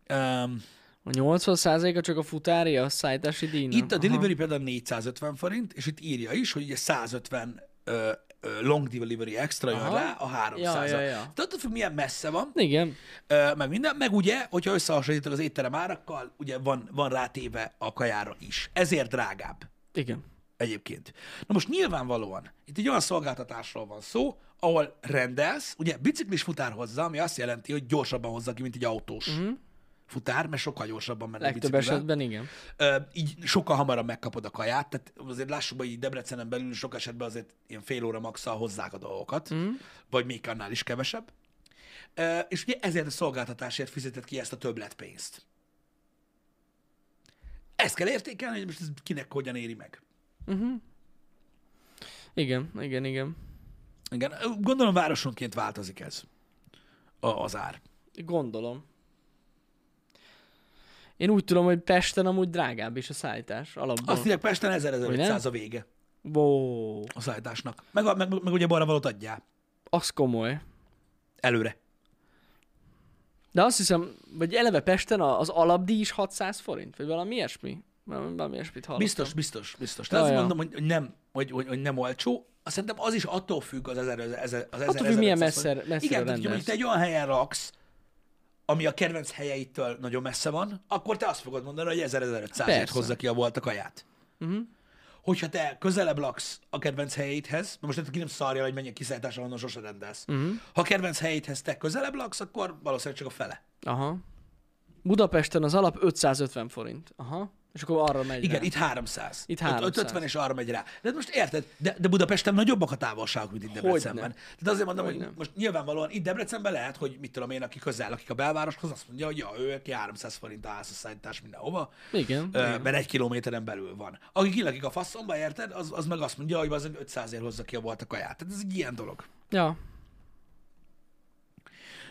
Um, A 80%-a csak a futária a szállítási díjnak. itt a Aha. delivery például 450 forint, és itt írja is, hogy ugye 150 ö, ö, long delivery extra jön Aha. rá a 300 Ja, ja, ja. Tehát attól függ, milyen messze van, Igen. ö, meg minden, meg ugye, hogyha összehasonlítod az étterem árakkal, ugye van, van rátéve a kajára is. Ezért drágább. Igen. egyébként. Na most nyilvánvalóan itt egy olyan szolgáltatásról van szó, ahol rendelsz, ugye biciklis futár hozzá, ami azt jelenti, hogy gyorsabban hozza ki, mint egy autós uh-huh. futár, mert sokkal gyorsabban menne Mhm. Legtöbb biciklivel. esetben igen. Ö, így sokkal hamarabb megkapod a kaját, tehát azért lássuk, be, így Debrecenen belül sok esetben azért ilyen fél óra maxsal hozzák a dolgokat, mm. vagy még annál is kevesebb. Ö, és ugye ezért a szolgáltatásért fizetett ki ezt a többletpénzt. Ezt kell értékelni, hogy most ez kinek hogyan éri meg. Igen, igen, igen. Igen, gondolom városonként változik ez a, az ár. Gondolom. Én úgy tudom, hogy Pesten amúgy drágább is a szállítás alapból. Azt írják Pesten 1500 a Hogy vége Ó, a szállításnak. Meg, a- meg, meg ugye barnavalót adjál az komoly. előre. De azt hiszem, hogy eleve Pesten a- az alapdíj is 600 forint, vagy valami ilyesmi. Valami, valami ilyesmit hallottam. Biztos, biztos, biztos. Tehát azt Ja, ja. mondom, hogy hogy nem, hogy, hogy, hogy nem olcsó. Azt szerintem az is attól függ az 1000, az 1000, az 1000 Attól függ, milyen 1500 messze- forint. messzire Igen, tehát, hogyha rendelsz. mondjuk te egy olyan helyen raksz, ami a kedvenc helyeitől nagyon messze van, akkor te azt fogod mondani, hogy 1500-ért Persze. Mhm. hozza ki a volt a kaját. Uh-huh. Hogyha te közelebb laksz a kedvenc helyeidhez, mert most ki nem szarja, hogy mennyi kiszállításra onnan sose rendelsz. Mhm. Uh-huh. Ha a kedvenc helyeidhez te közelebb laksz, akkor valószínűleg csak a fele. Aha. Budapesten az alap 550 forint. Aha. És akkor arra megy Igen, rá. itt 300. Itt Ott 300. 50 és arra megy rá. De most érted, de, de Budapesten nagyobbak a távolságok, mint itt Debrecenben. Tehát azért mondom, hogy, Hogyne. most nyilvánvalóan itt Debrecenben lehet, hogy mit tudom én, aki közel, akik a belvároshoz, azt mondja, hogy ja, ő, aki 300 forint a házasszállítás mindenhova, Igen. ö, igen. mert egy kilométeren belül van. Aki kilakik a faszomba, érted, az, az meg azt mondja, hogy az 500 ér hozza ki a volt a kaját. Tehát ez egy ilyen dolog. Ja.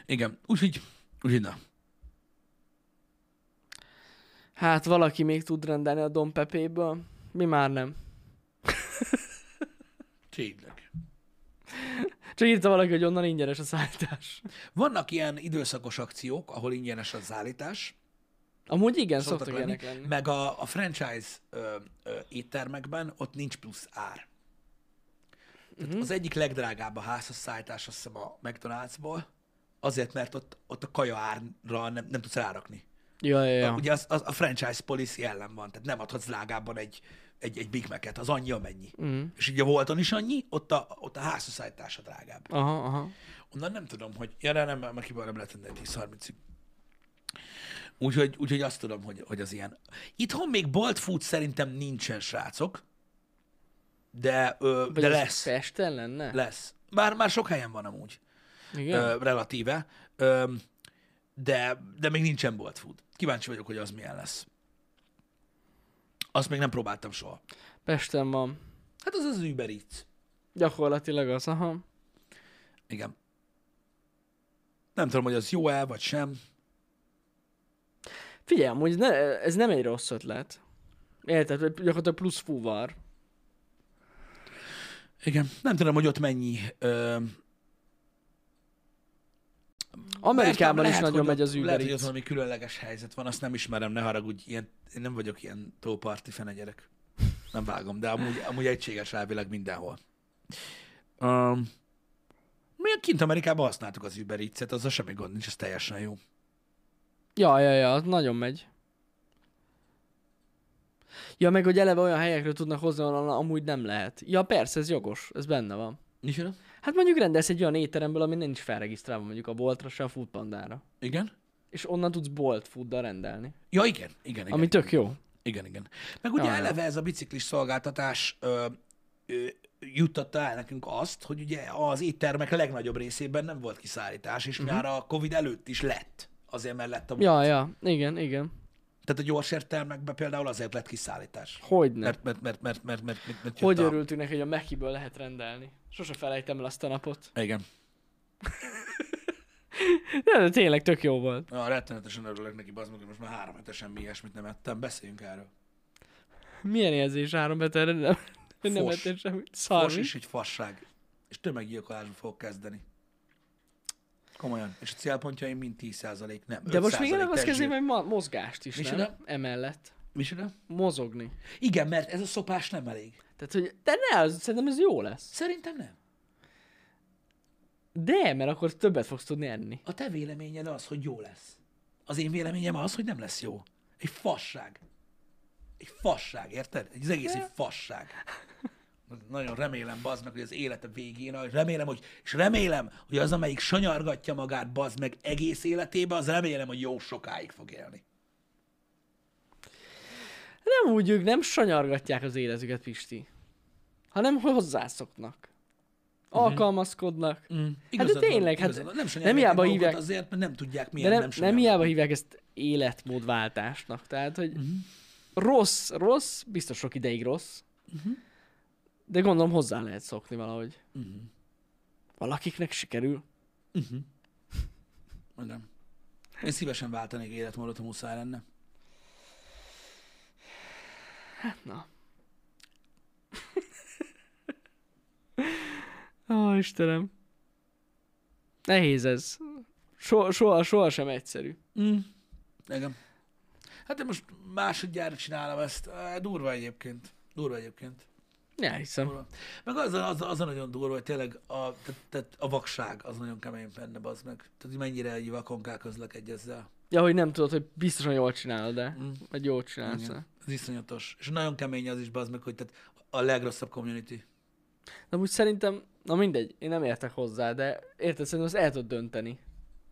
Igen, úgyhogy, úgyhogy na. Hát valaki még tud rendelni a Dom Pepéből. Mi már nem. Tényleg. Csak írta valaki, hogy onnan ingyenes a szállítás. Vannak ilyen időszakos akciók, ahol ingyenes az állítás, Amúgy igen, szoktak, szoktak lenni. ilyenek lenni. Meg a, a franchise ö, ö, éttermekben ott nincs plusz ár. Tehát Mhm. uh-huh. Az egyik legdrágább a házasszállítás, azt hiszem a McDonald'sból, azért, mert ott, ott a kaja árra nem, nem tudsz rárakni. Ja, ja, ja. Ugye az, az, a franchise policy ellen van, tehát nem adhatsz drágábban egy, egy, egy Big Mac-et, az annyi amennyi. Mhm. Uh-huh. És ugye volton is annyi, ott a, ott a házasszállítás a drágább. Aha, aha. Onnan nem tudom, hogy... Ja, de nem, mert kiből nem lehet tenni 10-30-ig. Úgyhogy, úgyhogy azt tudom, hogy, hogy az ilyen. Itthon még bolt food szerintem nincsen, srácok. De, ö, Vagy de az lesz. Pesten lenne? Lesz. Már, már sok helyen van amúgy. igen. Ö, relatíve. Ö, de, de még nincsen bolt food. Kíváncsi vagyok, hogy az milyen lesz. Azt még nem próbáltam soha. Pesten van. Hát az az Uber Eats. Gyakorlatilag az, aha. Igen. Nem tudom, hogy az jó-e, vagy sem. Figyelj, amúgy ne, ez nem egy rossz ötlet. Érted, hogy gyakorlatilag plusz fuvar. Igen, nem tudom, hogy ott mennyi. Ö, Amerikában lehet, is hogy nagyon megy ott- az Uber Lehet, hogy Eats. ott valami különleges helyzet van, azt nem ismerem, ne haragudj, ilyen, én nem vagyok ilyen tóparti fene gyerek. Nem vágom, de amúgy, amúgy egységes elvileg mindenhol. Um, mi kint Amerikában használtuk az Uber Eats-et, azzal semmi gond nincs, ez teljesen jó. Ja, ja, ja, az nagyon megy. Ja, meg hogy eleve olyan helyekről tudnak hozni, ahol amúgy nem lehet. Ja, persze, ez jogos, ez benne van. Micsoda? Hát mondjuk rendelsz egy olyan étteremből, ami nincs felregisztrálva mondjuk a boltra, se a foodpandára. Igen? És onnan tudsz bolt fooddal rendelni. Ja, igen, igen, igen. Ami tök jó. Igen, igen. Meg ugye Ja, ja. eleve ez a biciklis szolgáltatás ö, ö, juttatta el nekünk azt, hogy ugye az éttermek legnagyobb részében nem volt kiszállítás, és uh-huh. már a Covid előtt is lett. Azért mert lett a... Mhm. Ja, ja, igen, igen. Tehát a gyors értelmekben például azért lett kiszállítás. Hogyne. Mert, mert, mert, mert, mert, mert, mert, mert Hogy jött a- örültünk neki, hogy a Mekiből lehet rendelni. Sose felejtem el azt a napot. Igen. De, de tényleg tök jó volt. Ja, rettenetesen örülök neki, bazd meg, hogy most már három hete semmi ilyesmit nem ettem. Beszéljünk erről. Milyen érzés három beterre? Én nem Fos. ettél semmit. Szar, Fos mi? is egy fasság. És tömeggyilkolásba fog kezdeni. Komolyan. És a célpontjaim mind 10% nem. De most még 5% elveszkezik, testzsír. hogy ma- mozgást is, nem? Micsoda? Emellett. Micsoda? Mozogni. Igen, mert ez a szopás nem elég. Tehát, hogy de ne, az, szerintem ez jó lesz. Szerintem nem. De, mert akkor többet fogsz tudni enni. A te véleményed az, hogy jó lesz. Az én véleményem az, hogy nem lesz jó. Egy fasság. Egy fasság, érted? Ez egész egy fasság. Nagyon remélem, bazd meg, hogy az élete végén, ahogy remélem, hogy, és remélem, hogy az, amelyik sanyargatja magát, bazd meg egész életébe, az remélem, hogy jó sokáig fog élni. Nem úgy, ők nem sanyargatják az életüket, Pisti. Hanem hozzászoknak. Mhm. Alkalmazkodnak. Mm. de tényleg, hát nem nem, nem hiába hiába hívják. hívják- Azért, mert nem tudják, De milyen nem, nem, nem sanyargatni. hiába hívják ezt életmódváltásnak. Tehát, hogy uh-huh. rossz, rossz, biztos sok ideig rossz. Uh-huh. De gondolom hozzá lehet szokni valahogy. Uh-huh. Valakiknek sikerül. Nem. Én szívesen váltanék életmódot, ha muszáj lenne. Na. Ó, Istenem. Nehéz ez. So, soha, soha sem egyszerű. Mm. Igen. Hát én most másodjára csinálom ezt. Á, Durva egyébként. Durva egyébként. Ja, hiszem. Durva. Meg az, a- az, a- az a nagyon durva, hogy tényleg a, tehát, tehát a vakság az nagyon kemény benne, az meg. Tehát hogy mennyire egy vakonká közlekedj ezzel. Ja, hogy nem tudod, hogy biztosan jól csinálod, de mm. vagy jól csinálsz. Igen. Ez iszonyatos. És nagyon kemény az is, az meg, hogy tehát a legrosszabb community. De úgy szerintem, na mindegy, én nem értek hozzá, de érted, szerintem azt el tudod dönteni.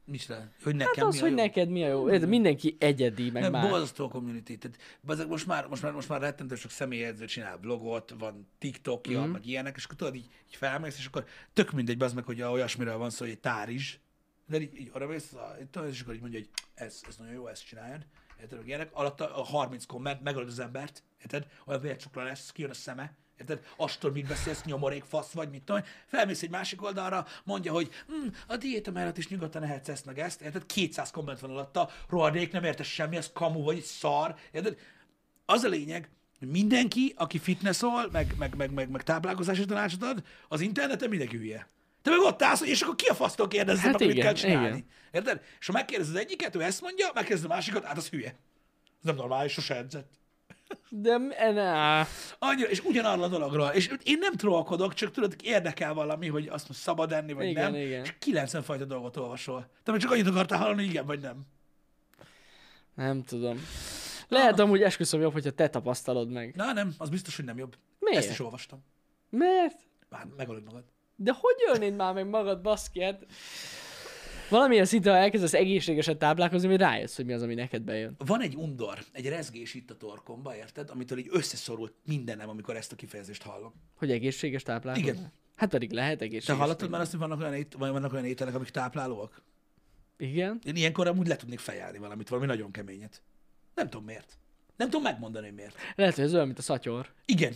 Nincs rá. Hogy Hát Nekem Hát nekem az, mi a hogy jó. neked mi a jó. Érted, mindenki egyedi, meg Nem, más. borzasztó a community. Tehát, bazzeg, most már, most már, most már rettentő sok személyedző csinál blogot, van TikTokja, mm. meg ilyenek, és akkor tudod, így, így felmész, és akkor tök mindegy, bazd meg, hogy olyasmiről van szó, hogy egy tárizs. De így, így oda mész, a- itt tudod, és akkor így mondja, hogy ez, ez nagyon jó, ezt csináljad. Érted, meg ilyenek. Alatta a 30 komment, megölöd az embert, érted? Olyan vércsukra lesz, kijön a szeme, érted? Astor, mit beszélsz, nyomorék, fasz vagy, mit tudom. én. Felmész egy másik oldalra, mondja, hogy hm, a diéta mellett is nyugodtan ehetsz ezt meg ezt, érted? 200 komment van alatta, rohadék, nem értesz semmi, ez kamu vagy, egy szar, érted? Az a lényeg, hogy mindenki, aki fitnessol, meg, meg, meg, meg, meg táplálkozási tanácsot ad, az interneten mindenki hülye. Te meg ott állsz, hogy és akkor ki a fasztól kérdezze Hát hát meg, igen, mit igen, kell csinálni. igen. Érted? És ha megkérdez az egyiket, ő ezt mondja, megkérdez a másikat, hát az hülye. Ez nem normális, sose edzett. De eh, ne, Annyira, és ugyanarra a dologra. És én nem trollkodok, csak tudod, érdekel valami, hogy azt most szabad enni, vagy Igen, nem. igen. És 90 fajta dolgot olvasol. Te meg csak annyit akartál hallani, hogy igen, vagy nem. nem tudom. Lehet amúgy esküszöm jobb, hogyha te tapasztalod meg. Na nem, az biztos, hogy nem jobb. Miért? Ezt is olvastam. Mert? Már megalod magad. De hogy ölnéd már meg magad, baszki? Hát... Valamilyen szinten, ha elkezdesz egészségesen táplálkozni, hogy rájössz, hogy mi az, ami neked bejön. Van egy undor, egy rezgés itt a torkomba, érted? Amitől így összeszorult mindenem, amikor ezt a kifejezést hallom. Hogy egészséges táplálkozás? Igen. Hát pedig lehet Te egészséges. hallottad már azt, hogy vannak olyan, ét, vagy vannak olyan ételek, amik táplálóak? Igen. Én ilyenkor amúgy le tudnék fejelni valamit, valami nagyon keményet. Nem tudom miért. Nem tudom megmondani, hogy miért. Lehet, hogy ez olyan, mint a szatyor. Igen.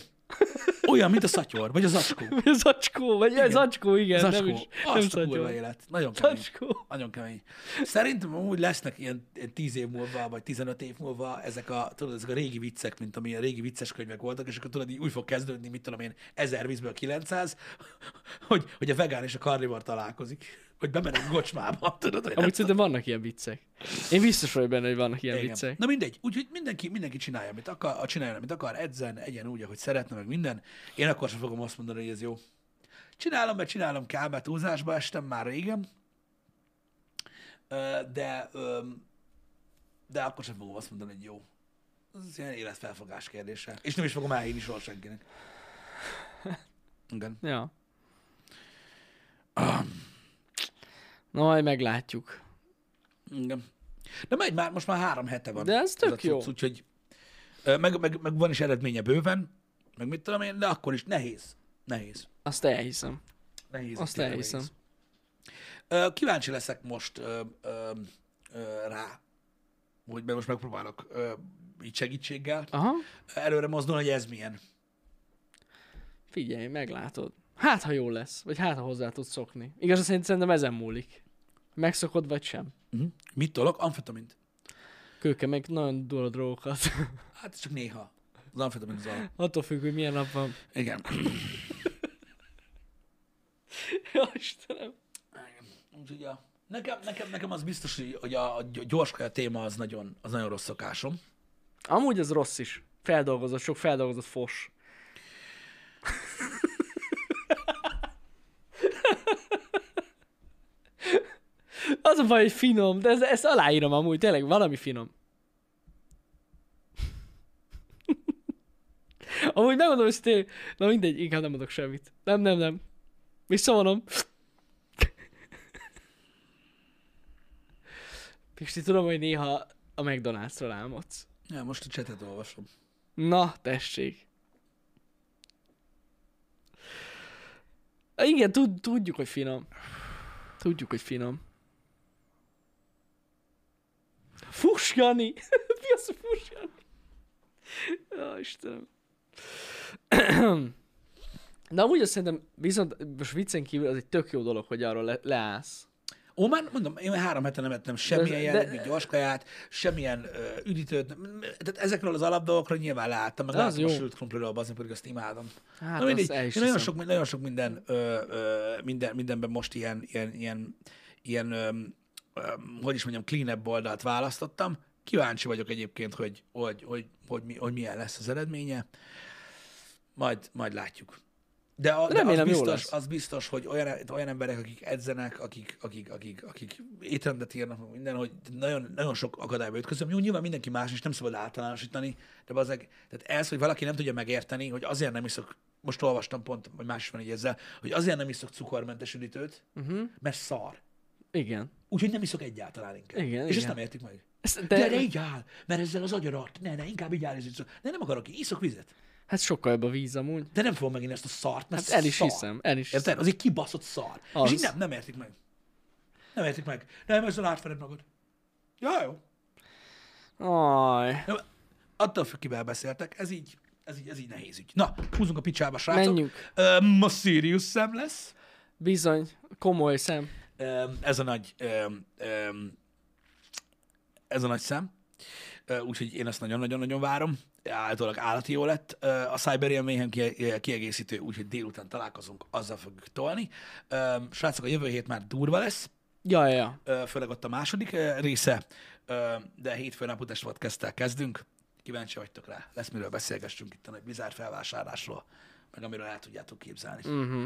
Olyan, mint a szatyor, vagy a zacskó. zacskó, vagy igen. zacskó, igen. Zacskó. Nem is, nem Azt a kurva szatyor. élet. Nagyon kemény. Zacskó. Nagyon kemény. Szerintem amúgy lesznek ilyen ilyen 10 év múlva, vagy 15 év múlva ezek a, tudod, ezek a régi viccek, mint amilyen régi vicces könyvek voltak, és akkor tudod, így úgy fog kezdődni, mit tudom én, 1000 vízből 900, hogy, hogy a vegán és a karnivor találkozik. Hogy bemenek gocsmába, tudod, hogy Amúgy szerintem vannak ilyen viccek. Én biztos vagyok benne, hogy vannak ilyen Igen. viccek. Na mindegy, úgyhogy mindenki, mindenki csinálja, amit akar, a- csinálja, amit akar, edzen, egyen úgy, ahogy szeretne, meg minden. Én akkor sem fogom azt mondani, hogy ez jó. Csinálom, mert csinálom, kb. túlzásba estem már régen, Ö, de, öm, de akkor sem fogom azt mondani, hogy jó. Ez ilyen életfelfogás kérdése. És nem is fogom elhívni soha senkinek. Igen. Ja. Na, majd meglátjuk. Igen. De megy már, most már három hete van. De ez tök a cucc, jó. Úgyhogy, ö, meg, meg, meg, van is eredménye bőven, meg mit tudom én, de akkor is nehéz. Nehéz. Azt elhiszem. Nehéz. Azt tényleg elhiszem. nehéz. Ö, Kíváncsi leszek most ö, ö, ö, rá, hogy mert most megpróbálok ö, így segítséggel Aha. előre mozdulni, hogy ez milyen. Figyelj, meglátod. Hát, ha jó lesz, vagy hát, ha hozzá tudsz szokni. Igaz, szerint szerintem ezen múlik. Megszokod, vagy sem. Uh-huh. Mit tolok? Amfetamint. Kőke meg nagyon durva drogokat. Hát csak néha. Az amfetamin az alap. Attól függ, hogy milyen nap van. Igen. Ja, Istenem. Úgyhogy a, nekem, nekem, nekem, az biztos, hogy- hogy a, a gyorskaja téma az nagyon, az nagyon rossz szokásom. Amúgy ez rossz is. Feldolgozott, sok feldolgozott fos. Az a baj, hogy finom, de ezt, ezt aláírom amúgy, tényleg valami finom. Amúgy megmondom őszintén, na mindegy, inkább nem mondok semmit. Nem, nem, nem. Visszavonom. Pisti, tudom, hogy néha a McDonald's-ról álmodsz. Ja, most a csetet olvasom. Na, tessék. Igen, tud, tudjuk, hogy finom. Tudjuk, hogy finom. Fuss, Jani! Mi az, hogy fuss, Jani? Ó, Istenem. Na, amúgy azt szerintem, viszont most viccen kívül az egy tök jó dolog, hogy arról le- leállsz. Ó, már mondom, én már három hete nem ettem semmilyen De- de- jellegű gyorskaját, semmilyen ö, üdítőt, nem- m- m- tehát ezekről az alapdolgokról nyilván láttam, meg Az láttam a jó. sült krumpliról, bazni, pedig azt imádom. Hát, Na, azt mindegy, el is én nagyon hiszem. sok, nagyon sok minden, ö, ö, minden, mindenben most ilyen, ilyen, ilyen, ilyen ö, ö, hogy is mondjam, clean-up oldalt választottam. Kíváncsi vagyok egyébként, hogy, hogy, hogy, hogy, mi, hogy milyen lesz az eredménye. Majd, majd látjuk. De, a, de az, Remélem, jó biztos, lesz. az biztos, hogy olyan, olyan emberek, akik edzenek, akik, akik, akik, akik étrendet írnak, meg minden, hogy nagyon, nagyon sok akadályba ütközöm. Jó, nyilván mindenki más, és nem szabad általánosítani, de bazeg, tehát ez, hogy valaki nem tudja megérteni, hogy azért nem iszok, most olvastam pont, vagy más is van így ezzel, hogy azért nem iszok cukormentes üdítőt, Mhm. uh-huh. mert szar. Igen. Úgyhogy nem iszok egyáltalán inkább. Igen, és igen. ezt nem értik meg. Ezt, De, de, de így áll, mert ezzel az agyarat, ne, ne, inkább így áll, és így szó. Ne, nem akarok, iszok vizet. hát sokkal jobb a víz amúgy. De nem fogom megint ezt a szart, mert Hát el is szar. hiszem, el is hiszem. Érted? Az egy kibaszott szar. Az. Az. És így nem, nem értik meg. Nem értik meg. Nem, ezzel átvered magad. Ja, jó. Aj. Nem, attól függ, kivel beszéltek. Ez így, ez így, ez így nehéz ügy. Na, húzunk a picsába, srácok. Menjünk. Öm, a Sirius szem lesz. Bizony, komoly szem. Öm, ez a nagy... Öm, öm, ez a nagy szem. Ö, Úgyhogy én ezt nagyon-nagyon-nagyon várom. Általában állati jó lett. Ö, A Cyberian Mayhem kie- kiegészítő, úgyhogy délután találkozunk, azzal fogjuk tolni. Öm, Srácok, a jövő hét már durva lesz. Ja, ja, ja. Ö, főleg ott a második ö, része, Ö, de hétfőn a Budapest podcasttel kezdünk. Kíváncsi vagytok rá, lesz miről beszélgessünk itt a nagy bizár felvásárlásról, meg amiről el tudjátok képzelni. Uh-huh.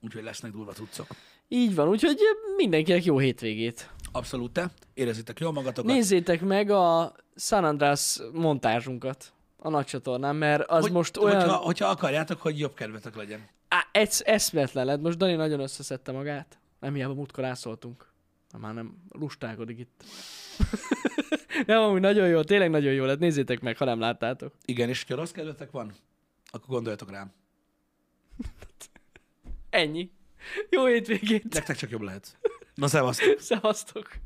Úgyhogy lesznek durva cuccok. Így van, úgyhogy eh, mindenkinek jó hétvégét. Abszolút te, érezzétek jól magatokat. Nézzétek meg a San András montázsunkat a nagy csatornán, mert az Hogy- most olyan... hogyha, hogyha akarjátok, hogy jobb kedvetek legyen. Á, ez eszmetlen lett. Most Dani nagyon összeszedte magát. Nem hiába múltkor rászoltunk. Na, már nem lustálkodik itt. nem, amúgy nagyon jó, tényleg nagyon jó lett. Nézzétek meg, ha nem láttátok. Igen, és ha rossz kedvetek van, akkor gondoljatok rám. Ennyi. Jó hétvégét. Nektek csak jobb lehet. Na, szevasztok! Szevasztok.